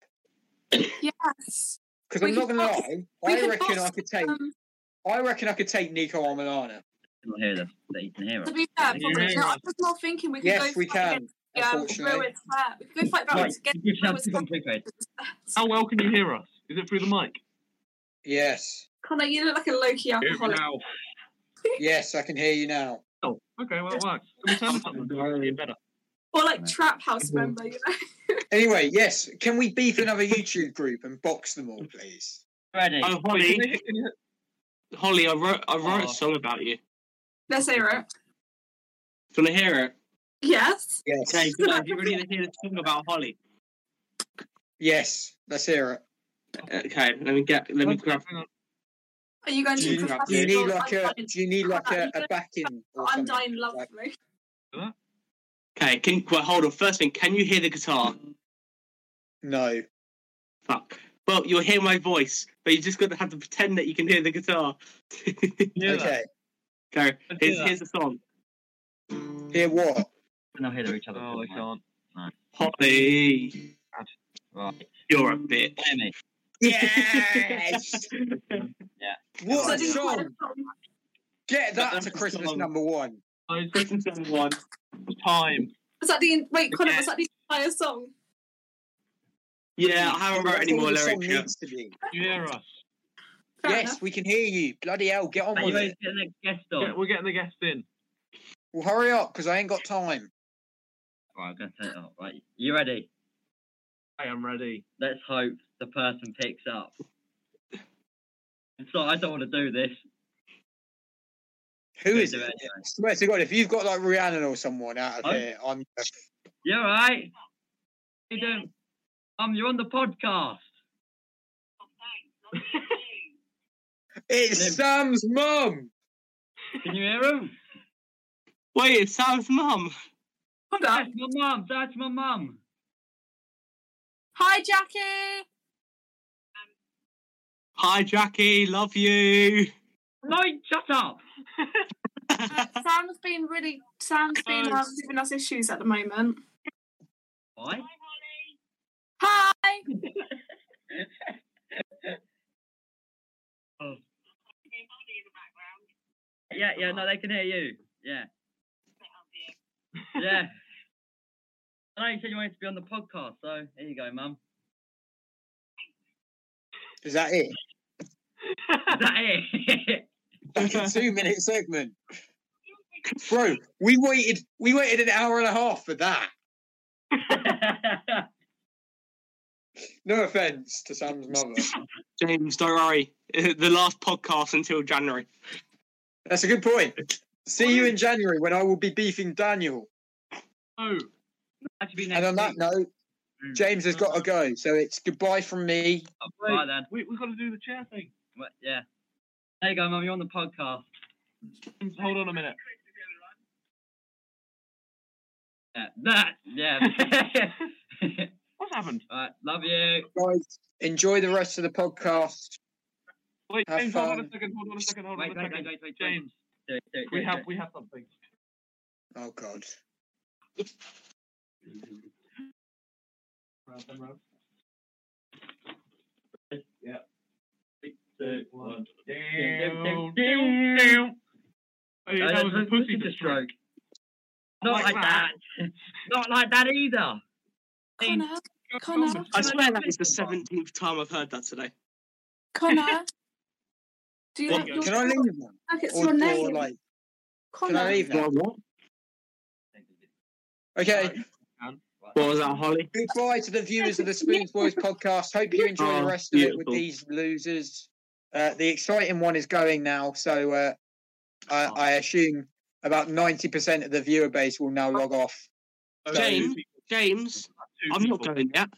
Yes. Because We I'm not could gonna box- lie, we I could reckon I box, could take. Um, I reckon I could take Nico on Milana. You can hear them. That you can hear to us. be fair, Yeah. probably. No, I was more thinking we could Yes, go we fight can. against the, um, unfortunately. Ruiz Fair. We could go fight Right. Ruiz against You have Ruiz to come quick, How well can you hear us? Is it through the mic? Yes, Connor, you look like a low-key alcoholic. Now. yes, I can hear you now. Oh, okay, well, it works. Can we turn this up? It's better. Or like No. trap house member, you know? Anyway, yes, can we beef another YouTube group and box them all, please? Ready. Oh, Wait, Holly, can you- can you- Holly, I wrote, I wrote Oh. a song about you. Let's hear it. Do you want to hear it? Yes. Yes. Okay, good. If you ready to hear the song about Holly? Yes, let's hear it. Okay, let me get, let me grab. hang on. Are you going Do to you, professional? do you need like a undying- do you need like a, a backing or something? undying love Like, for me? Okay, can well hold on. First thing, can you hear the guitar? no. Fuck. Well, you'll hear my voice, but you just got to have to pretend that you can hear the guitar. Yeah. okay. Go. Let's do Here's, that. hear the song. Hear what? Can I hear each other? Oh, I can't. Holly, Right. you're a bitch. Hear me. Yes. Yeah. What So a do you want song! a song? Get that That's to a Christmas song. number one. I Christmas everyone. It's Time. Was that the wait, Connor? Was that the entire song? Yeah, I haven't wrote any more That's all the lyrics song yet. needs to be. You hear us? Fair yes, we can hear you. Bloody hell, get on Are you with guys it. getting a guest on? Yeah, we're getting the guest in. Well, hurry up, because I ain't got time. Right, I'm gonna turn it up. Right, you ready? I am ready. Let's hope the person picks up. So I don't want to do this. Who Gonna is do it? it I swear to God, if you've got like Rihanna or someone out of Huh? here, I'm. You alright? You doing? Um, you're on the podcast. It's Sam's mum. Can you hear him? Wait, it's Sam's mum. Connor. That's my mum. That's my mum. Hi, Jackie. Hi, Jackie. Love you. No, shut up. Sam's been really Sam's been um, giving us issues at the moment. Why? Hi. Yeah, yeah. No, they can hear you. Yeah. Yeah. I know you said you wanted to be on the podcast, so here you go, mum. Is that it? Is that it? Fucking two minute segment. Bro, we waited. We waited an hour and a half for that. No offense to Sam's mother. James, don't worry. The last podcast until January. That's a good point. See you in January when I will be beefing Daniel. Oh, that should be next And on that note, week. Mm. James has got to go. So it's goodbye from me. wait, Right then. we, we've got to do the chair thing. Well, yeah. There you go, mum. You're on the podcast. James, Hold on a minute. Yeah. That. Yeah. What's happened? right. Love you. Guys, enjoy the rest of the podcast. Wait, Have James, hold on a fun. second. Hold on a second. Hold Wait, on a wait, wait, second. wait, wait. James, Do it, do it, do we it, have do it. we have something. Oh, God. Round and round. Yeah. Three, two, one. Down, down, down. Hey, No, Oh, that was a that's pussy just stroke. a stroke. Not Like like that. that. Not like that either. James, Connor. Connor. I swear that is the 17th time I've heard that today. Connor. Do you What? have your Can I leave now? Like it's Or- your or, name. like, Connor. can I leave now? Okay. What was that, Holly? Goodbye to the viewers of the Spoons Boys podcast. Hope you enjoy the Oh, rest of it with beautiful. these losers. Uh, the exciting one is going now, so uh, I, Oh. I assume about ninety percent of the viewer base will now log off. Oh, James, two James, people, I'm two not people. going yet.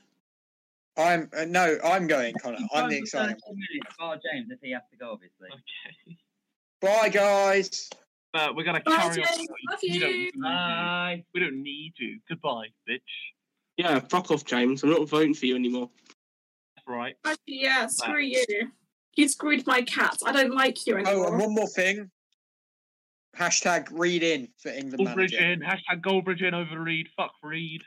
I'm uh, no, I'm going, Connor. I'm the exciting one. Oh, James, if he has to go, obviously. Okay. Bye, guys. But we're gonna Bye, carry James. on. Love We don't you. need you. Bye. We don't need you. Goodbye, bitch. Yeah, fuck off, James. I'm not voting for you anymore. That's right. Actually, yeah, screw you. You screwed my cat. I don't like you Oh, anymore. and one more thing. Hashtag read in for England Goldbridge manager. in. Hashtag Goldbridge in over Reed. Fuck Reed.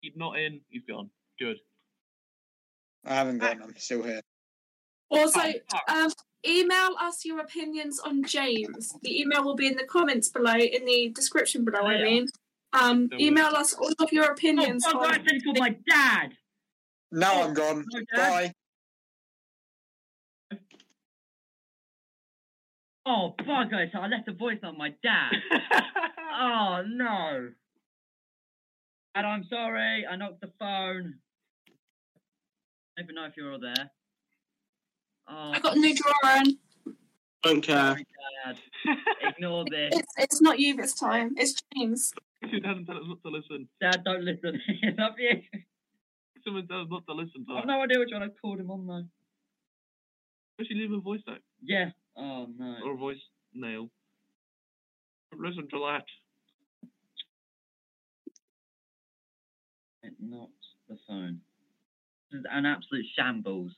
He's not in. He's gone. Good. I haven't gone. I'm still here. also, Oh, fuck. um, email us your opinions on James. The email will be in the comments below, in the description below. I Yeah. mean, um, Don't- email us all of your opinions. Oh, on- God, I said he called my dad. Now I'm gone. Okay. Bye. Oh, bugger. So I left a voice on my dad. oh, no. And I'm sorry. I knocked the phone. I don't even know if you're all there. Oh, I got a new drawing. Don't care. sorry, Dad. Ignore this. It's, it's not you this time. It's James. Someone tells us not to listen. Dad, don't listen. Love you. Someone tells us not to listen to I've that. Oh, no idea which one I called him on though. Does she leave a voice note Yeah. Oh no. or a voice nail? Listen to that. Not the phone. This is an absolute shambles.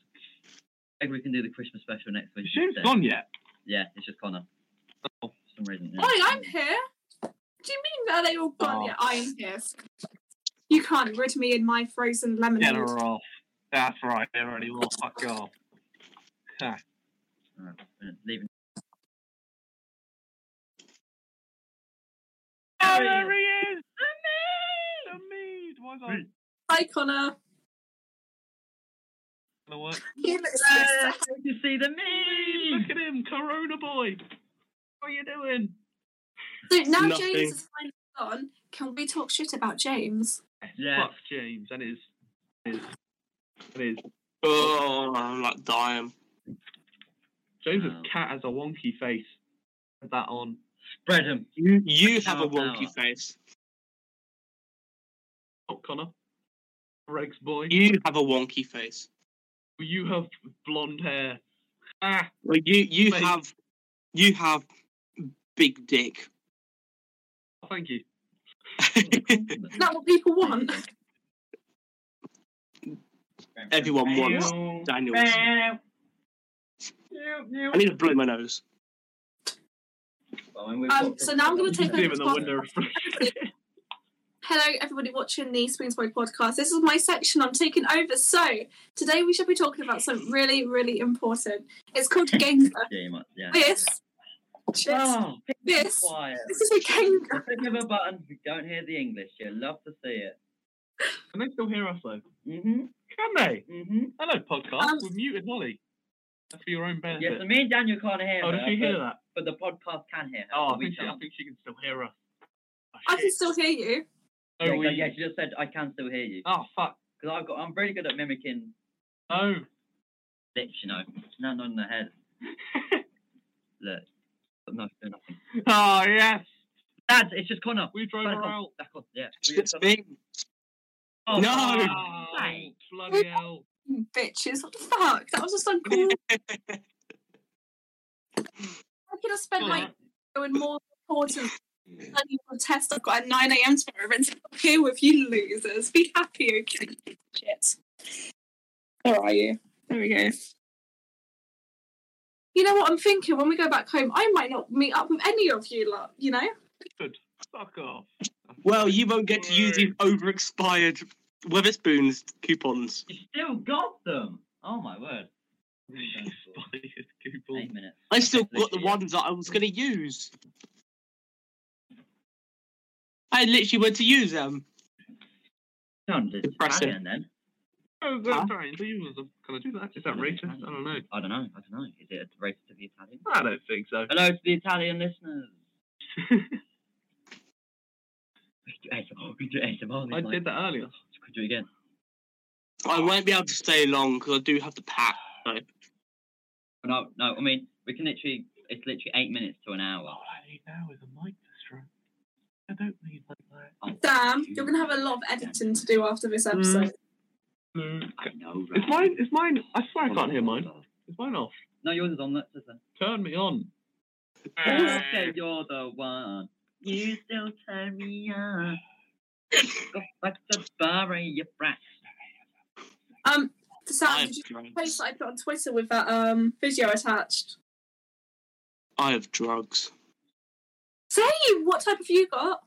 I think we can do the Christmas special next week. Is James instead. gone yet? Yeah, it's just Connor. Oh. For some reason. yeah. Oi, I'm here. Do you mean that they all gone? Oh. Yeah, I'm here. You can't rid me in my frozen lemonade. Get her off. That's right. They're already off. Fuck off. Alright, leaving. Oh, There he there is. he is! me! The mead! Why is that Hi, Connor. gonna work? He looks Yay, you see the meme. Look at him, Corona boy. What are you doing? So now Nothing. James is finally gone. Can we talk shit about James? Yeah. Fuck James, and it is, it is, it is. Oh, I'm like dying. James's Wow. cat has a wonky face. Put that on. Spread them. You, you have Half a an wonky hour. face. Not Connor. Greg's boy. You, You have a wonky face. have blonde hair. Ah, Like you, you Mate. have, you have big dick. thank you. Is that what people want? Everyone wants Ew. Daniels. I need to blow my nose. Um, so now I'm going to You take see over him the in the window. podcast. Hello, everybody watching the Spoonsboy podcast. This is my section. I'm taking over. So today we shall be talking about something really, really important. It's called Gengar. Game up, yeah. this, shit, Oh, this. quiet. This is a Gengar. Click of a button. You don't hear the English. You love to see it. Can they still hear us though? Mm-hmm. Can they? Mm-hmm. Hello, podcast. Um, We've muted Holly. That's for your own benefit. Yeah, so me and Daniel can't hear oh, her, did you hear but, that? but the podcast can hear her. Oh, but I we think, she, I can't. think she can still hear us. Oh, I can shit. still hear you. No, yeah, we- yeah, she just said I can still hear you Oh, fuck. because I've got I'm really good at mimicking No. lips, you know, not on the head. Look, I'm not doing nothing. Oh, yes. Dad, it's just Connor. We drove Back her on, out. back on, yeah. It's big. Oh, No. oh, Oh, thank bloody hell. You Bitches, what the fuck? That was just uncool. I could have spent like doing more important study for a test I've got at 9 a.m. tomorrow and sit up here with you losers. Be happy, okay? Shit. Where are you? There we go. You know what I'm thinking? When we go back home, I might not meet up with any of you lot, you know? Fuck off. Well, you won't get to use your over-expired Weatherspoons coupons. You still got them. Oh my word. Expired coupon. Eight minutes. I still got the Literally, yeah. ones that I was going to use. I literally went to use them. Sounds Depressing. Italian then. Oh, Huh? that's right. So you was can I do that? Is that racist? I don't know. I don't know. I don't know. Is it a race to the Italian? I don't think so. Hello to the Italian listeners. We do ASMR. We do ASMR. I did that earlier. Could do it again. I won't be able to stay long because I do have to pack. No, no. I mean, we can literally. It's literally eight minutes to an hour. I need now is a mic distract. I don't need like that. Oh, Damn, you're going to have a lot of editing to do after this episode. I know. It's right? mine. It's mine. I swear I can't hear mine. It's mine off. No, yours is on. That's just Turn me on. You say you're the one. You still turn me on. Go back to bar and your brat. Um, Sam, I did have you drugs. post that I put on Twitter with that um video attached? I have drugs. Say, what type have you got?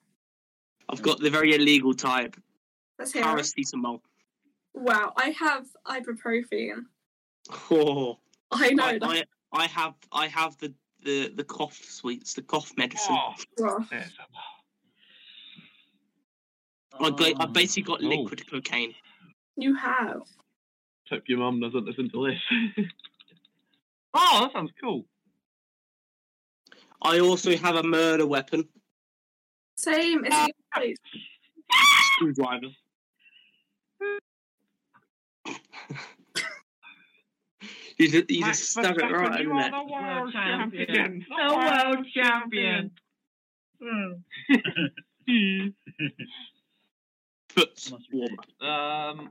I've got the very illegal type, Let's hear it. paracetamol. Wow, I have ibuprofen. Oh, I know, I, that's I, I have, I have the, the, the cough sweets, the cough medicine. Oh, rough. Yes. I, ba- I Oh. basically got Oh. liquid cocaine. You have. Hope your mum doesn't listen to this. oh, that sounds cool. I also have a murder weapon, Same. Is it screwdriver. you just, you just stab it right in there. the world The champion. The world champion. Hmm. champion. Foot. Must be- um.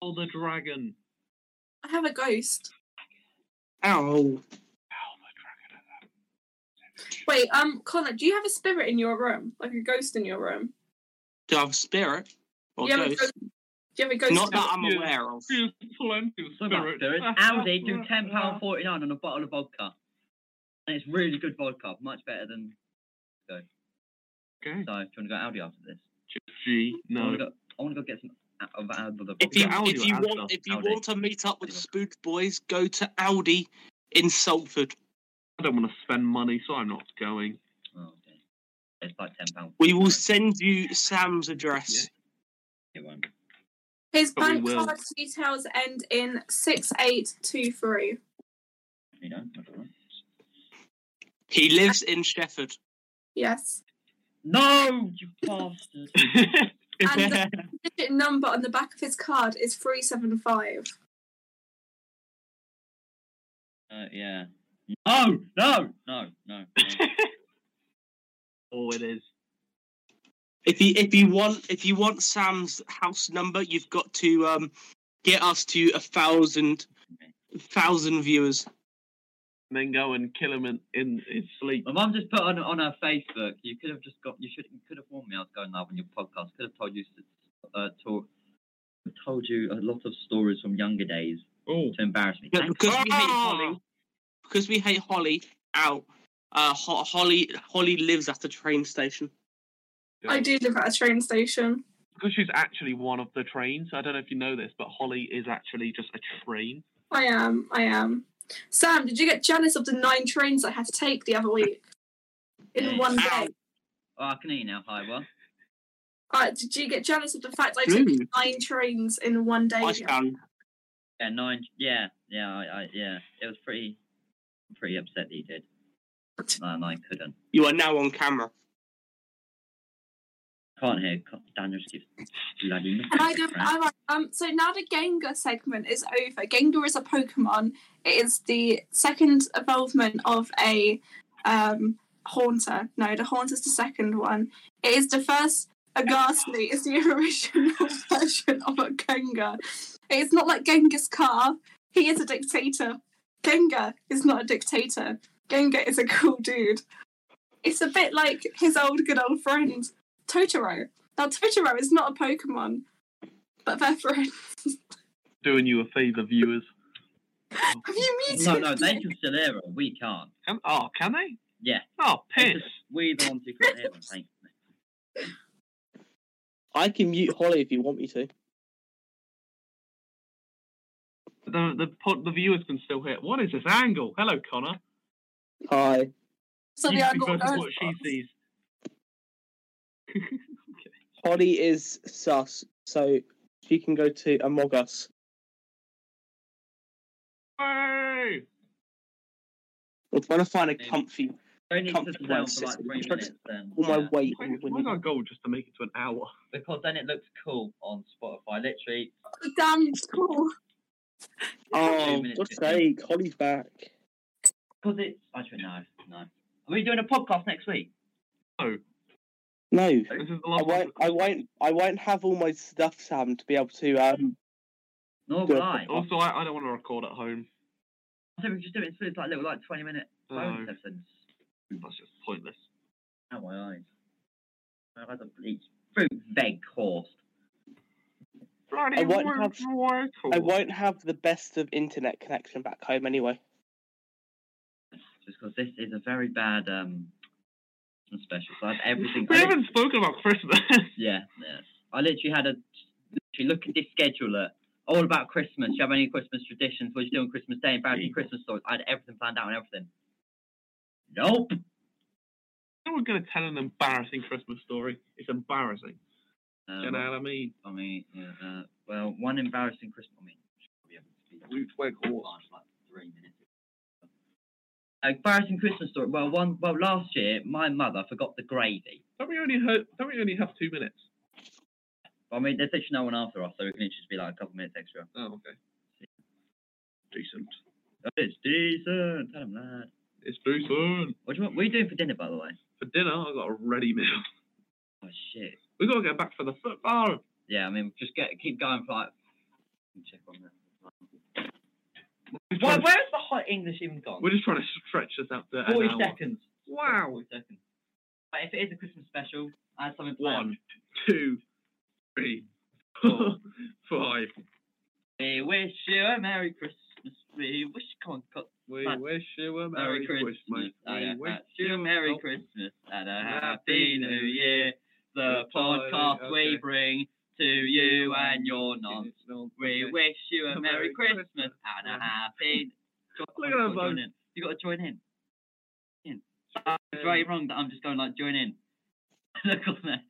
Oh, the dragon. I have a ghost. Ow. Wait, um, Connor, do you have a spirit in your room? Like a ghost in your room? Do I have spirit? Or Do you, have a ghost? ghost? do you have a ghost? Not in your- that I'm Yeah. aware of. There's plenty of Something about spirit. spirits. Aldi do ten pound forty nine on a bottle of vodka, and it's really good vodka, much better than. Okay. So, do you want to go Aldi after this? Gee, I no. want to go. I want to go get some a- of Aldi. the If vodka. you, Go Aldi if you or want Asda? if you Aldi. want to meet up with the Aldi. Spook Boys, go to Aldi in Salford. I don't want to spend money, so I'm not going. Oh, It's like ten pounds. We will send you Sam's address. It won't. His But we bank will. card details end in 6823. You know. I don't know. He lives in Shefford. Yes. No, you bastard. And the digit number on the back of his card is 375. Uh, yeah. No, no, no, no. no. oh, it is. if you if you want if you want Sam's house number, you've got to um get us to a thousand thousand viewers. And then go and kill him in, in his sleep. My mum just put on on her Facebook. You could have just got. You should. You could have warned me. I was going live on your podcast. Could have told you. to- Uh, talk. Told you a lot of stories from younger days Oh. to embarrass me. But Thanks. because we hate Holly, because we hate Holly, out. Uh, Ho- Holly Holly lives at the train station. I do live at a train station. Because she's actually one of the trains. I don't know if you know this, but Holly is actually just a train. I am, I am. Sam, did you get jealous of the nine trains I had to take the other week? In one day. Oh, I can eat now. Hi, well. Uh, did you get jealous of the fact Hmm? I took Ooh. nine trains in one day? I found Yeah, nine. Yeah, yeah, I, I, yeah. It was pretty, pretty upset that you did, and I couldn't. you are now on camera. Can't hear. can't- Daniel just keeps bloody. And I don't, I'm like, um, so now the Gengar segment is over. Gengar is a Pokemon. It is the second evolvement of a um, Haunter. No, the Haunter's the second one. It is the first. A Ghastly is the original version of a Gengar. It's not like Genghis Khan. He is a dictator. Gengar is not a dictator. Gengar is a cool dude. It's a bit like his old good old friend, Totoro. Now, Totoro is not a Pokemon, but they're friends. Doing you a favour, viewers. Have you muted? No, no, they me? can still hear her. We can't. Can, oh, can they? Yeah. Oh, It's piss. just we the ones who can't hear them. Thank you. I can mute Holly if you want me to. The, the pod- the viewers can still hear. What is this angle? Hello, Connor. Hi. So You they are see not versus what she Earthbound. sees. Holly is sus, so she can go to Among Us. Hey! I'm trying to find a Maybe. comfy Only Can't sits be down racist. for like three It's like minutes um, then. all my yeah. weight. Why why's our goal just to make it to an hour? Because then it looks cool on Spotify. Literally, The damn cool. Oh, Two minutes God's fifteen. sake, Holly's back. because it's. I don't know. No. Are we doing a podcast next week? No, No, this is the I last won't. one. I won't. I won't have all my stuff, Sam, to be able to. Um, Nor Yeah. will I. I Also, I, I don't want to record at home. think we can just do it in splits, like little, like 20 minute No, bonus episodes. that's just pointless. Oh, my eyes. I've had a bleach fruit veg course. Bloody I won't work- have- work I all. won't have the best of internet connection back home anyway. Just because this is a very bad um special. So I have everything. We I lit- haven't spoken about Christmas. yeah, yeah. I literally had a. Literally look at this schedule. At, all about Christmas. Do you have any Christmas traditions? What do you do on Christmas Day? Embarrassing Christmas stories. I had everything planned out and everything. Nope. no one's going to tell an embarrassing Christmas story. It's embarrassing. you know Um, what I mean? I mean, yeah, uh, well, one embarrassing Christmas. I mean, should be able to speak. Luke Wake Last, like three minutes. Embarrassing Christmas story. Well, one. Well, last year my mother forgot the gravy. Don't we only ho- don't we only have two minutes? I mean, there's literally no one after us, so it can just be like a couple minutes extra. Oh, okay. Decent. Oh, It's decent. Tell 'em that. It's decent. What do you want? What are you doing for dinner, by the way? For dinner, I got a ready meal. Oh shit. We gotta get back for the Oh, football. Yeah, I mean, just get keep going for like. let me Check on that. We're just, Why, trying, to- where's the hot English even gone? we're just trying to stretch this out to an Forty hour. seconds. Wow. Forty seconds. But if it is a Christmas special, I have something planned. One, two, three, four, five. We wish you a Merry Christmas. We wish. Come on, cut. We Right. wish you a merry Merry, Christmas. Oh, Christmas. and We a- wish you a Merry oh. Christmas and a Happy Happy New New Year. The Good morning, podcast we okay. bring to you and your nonce. We wish you a A Merry Merry Christmas Christmas and a and- Happy. Jo- Look at oh, that you've gotta join voice. in. You got to join in. In. It's very wrong that I'm just going like join in. Look on there.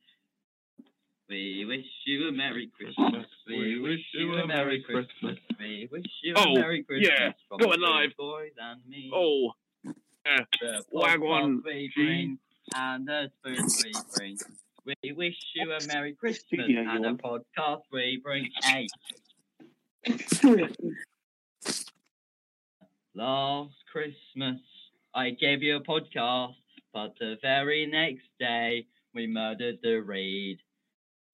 We wish you a Merry Christmas. We wish you a Merry Christmas. We wish you a Oh, Merry Christmas. yeah, from go the alive. Three boys and me. Oh, uh, The wag podcast on, we G. bring and the spoon we bring. We wish you a Merry Christmas Studio you and a want. podcast we bring. Hey, last Christmas I gave you a podcast, but the very next day we murdered the reed.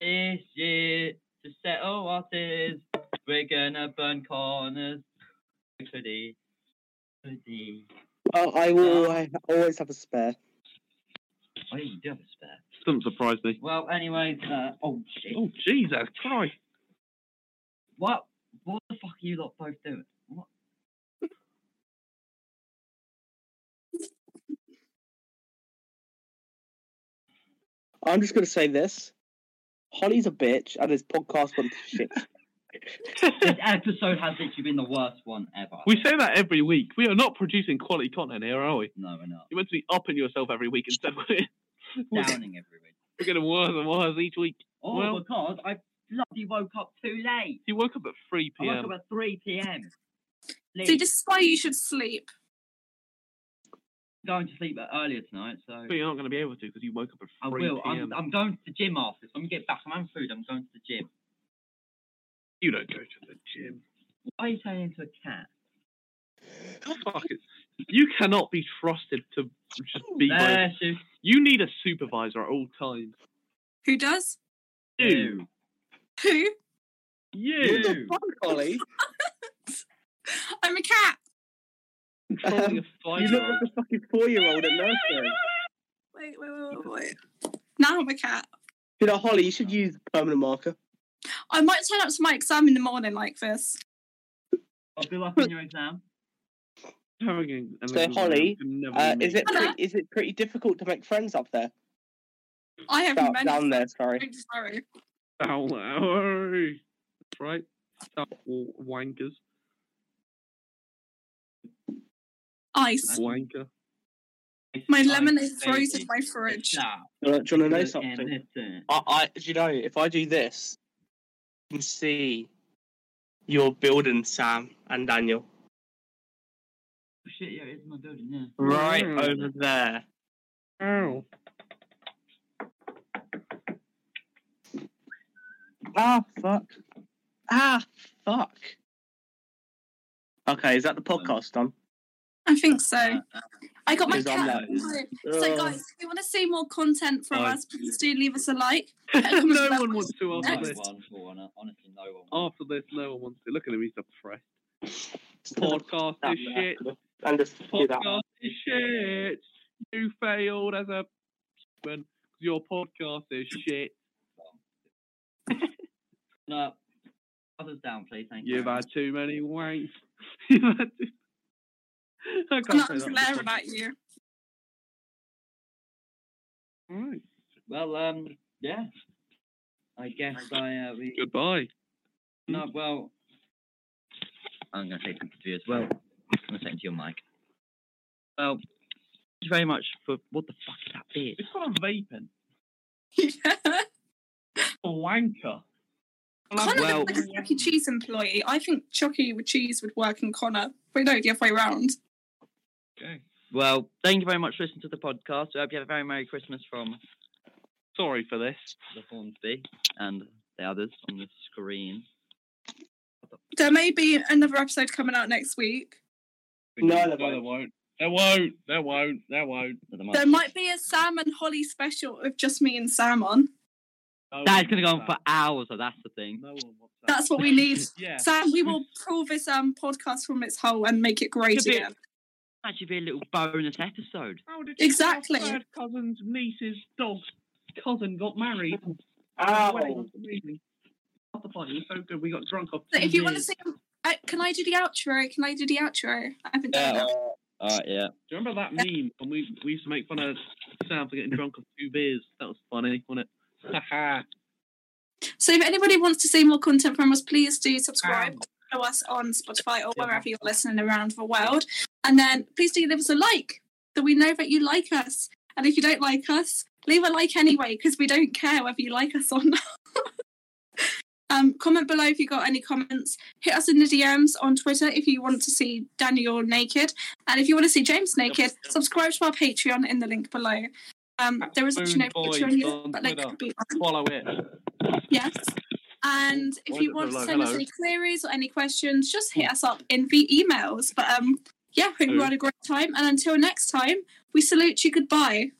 This year, to settle our tears, we're gonna burn corners. Goody, goody. Oh, I will. I always have a spare. Oh, you do have a spare. doesn't surprise me. Well, anyways, uh, oh shit. Oh, Jesus Christ. What? What the fuck are you lot both doing? What? I'm just going to say this. Holly's a bitch, and his podcast went to shit. this episode has literally been the worst one ever. We say that every week. We are not producing quality content here, are we? No, we're not. You're meant to be upping yourself every week instead. We're, we're Downing every week. getting worse and worse each week. Oh, Well- because I bloody woke up too late. He woke up at 3 I woke p.m. up at 3 p.m. See, Lee, this is why you should sleep. going to sleep earlier tonight, so But you're not going to be able to because you woke up I at 3 will. p.m. I'm, I'm going to the gym after this. When we get back, I'm having food. I'm going to the gym. You don't go to the gym. Why are you turning into a cat? Fuck it. You cannot be trusted to just be. By... There she You need a supervisor at all times. Who does? You. do. Who? You. You. Holly, I'm a cat. Controlling a you look five-year-old. like a fucking four-year-old at nursery. Wait, wait, wait, wait, wait. Now I'm a cat. You know, Holly, you should use permanent marker. I might turn up to my exam in the morning like this. I'll be up on your exam. Having an So, exam Holly, can never Uh, be is me. it pretty, is it pretty difficult to make friends up there? I have Down, many. down there, sorry. friends, Sorry. Ow, ow, That's right. Ow, wankers. Ice. Wanker. My Ice lemonade baby. frozen my fridge. Sharp, Do you want to know good something? and innocent. I, I, do you know, if I do this, you can see your building, Sam and Daniel, Oh, Shit, yeah, it's my building, yeah. right Mm. over there. Ow. Ah, fuck. Ah, fuck. Okay, is that the podcast on? I think so. I got my Is on cat. that- So, guys, if you want to see more content from Aye. us, please do leave us a like. no one wants to No after this. one will wanna- honestly, no one. will. After this, no one wants to. Look at him, he's depressed. Podcast is shit. And just do that. Podcast is shit. You failed as a human 'cause your podcast is shit. No, others down, please. Thank you. You've very had too many wanks. You've had too... I can't I'm not say that. glaring at you. Alright. much. Well, um, yeah. I guess I uh, we Goodbye. no. Well, I'm gonna take pictures of you as well. I'm gonna take them to your mic. Well, thank you very much for what the fuck is that beard? It's kind of vaping. A wanker. Connor Well- looks like a Chuck E. Cheese employee. I think Chuck E. with Cheese would work in Connor. Wait, no, the other way around. Okay. Well, thank you very much for listening to the podcast. I hope you have a very merry Christmas from Sorry for this. the Hornsby and the others on the screen. There may be another episode coming out next week. No, No, there won't. There won't. There won't. There won't. There might be a Sam and Holly special with just me and Sam on. No one That's gonna go on wants for that. hours, so that's the thing. No one wants that. That's what we need. yeah. Sam, we will pull this um podcast from its hole and make it great Could be- again. Actually, be a little bonus episode. How did Exactly. your third cousin's niece's dog's cousin got married? Oh. Ow. Well, it was amazing. Not the party was so good. We got drunk off. So if two you want to beers. see, uh, can I do the outro? Can I do the outro? I haven't done that. All right, yeah. do you remember that meme? And we we used to make fun of Sam for getting drunk off two beers. That was funny, wasn't it? Haha. So if anybody wants to see more content from us, please do subscribe. Follow us on Spotify or wherever you're listening around the world. And then please do leave us a like so we know that you like us. And if you don't like us, Leave a like anyway because we don't care whether you like us or not. um, comment below if you got any comments. Hit us in the DMs on Twitter if you want to see Daniel naked, and if you want to see James naked, subscribe to our Patreon in the link below. Um, there is actually no Boys picture on here, on but link Twitter. could be on. Follow it. Yes. And if Wonderful, you want to hello, send us hello. Hmm. any queries or any questions, just hit us up in the emails. But um, yeah, hope you Hello. had a great time. And until next time, we salute you goodbye.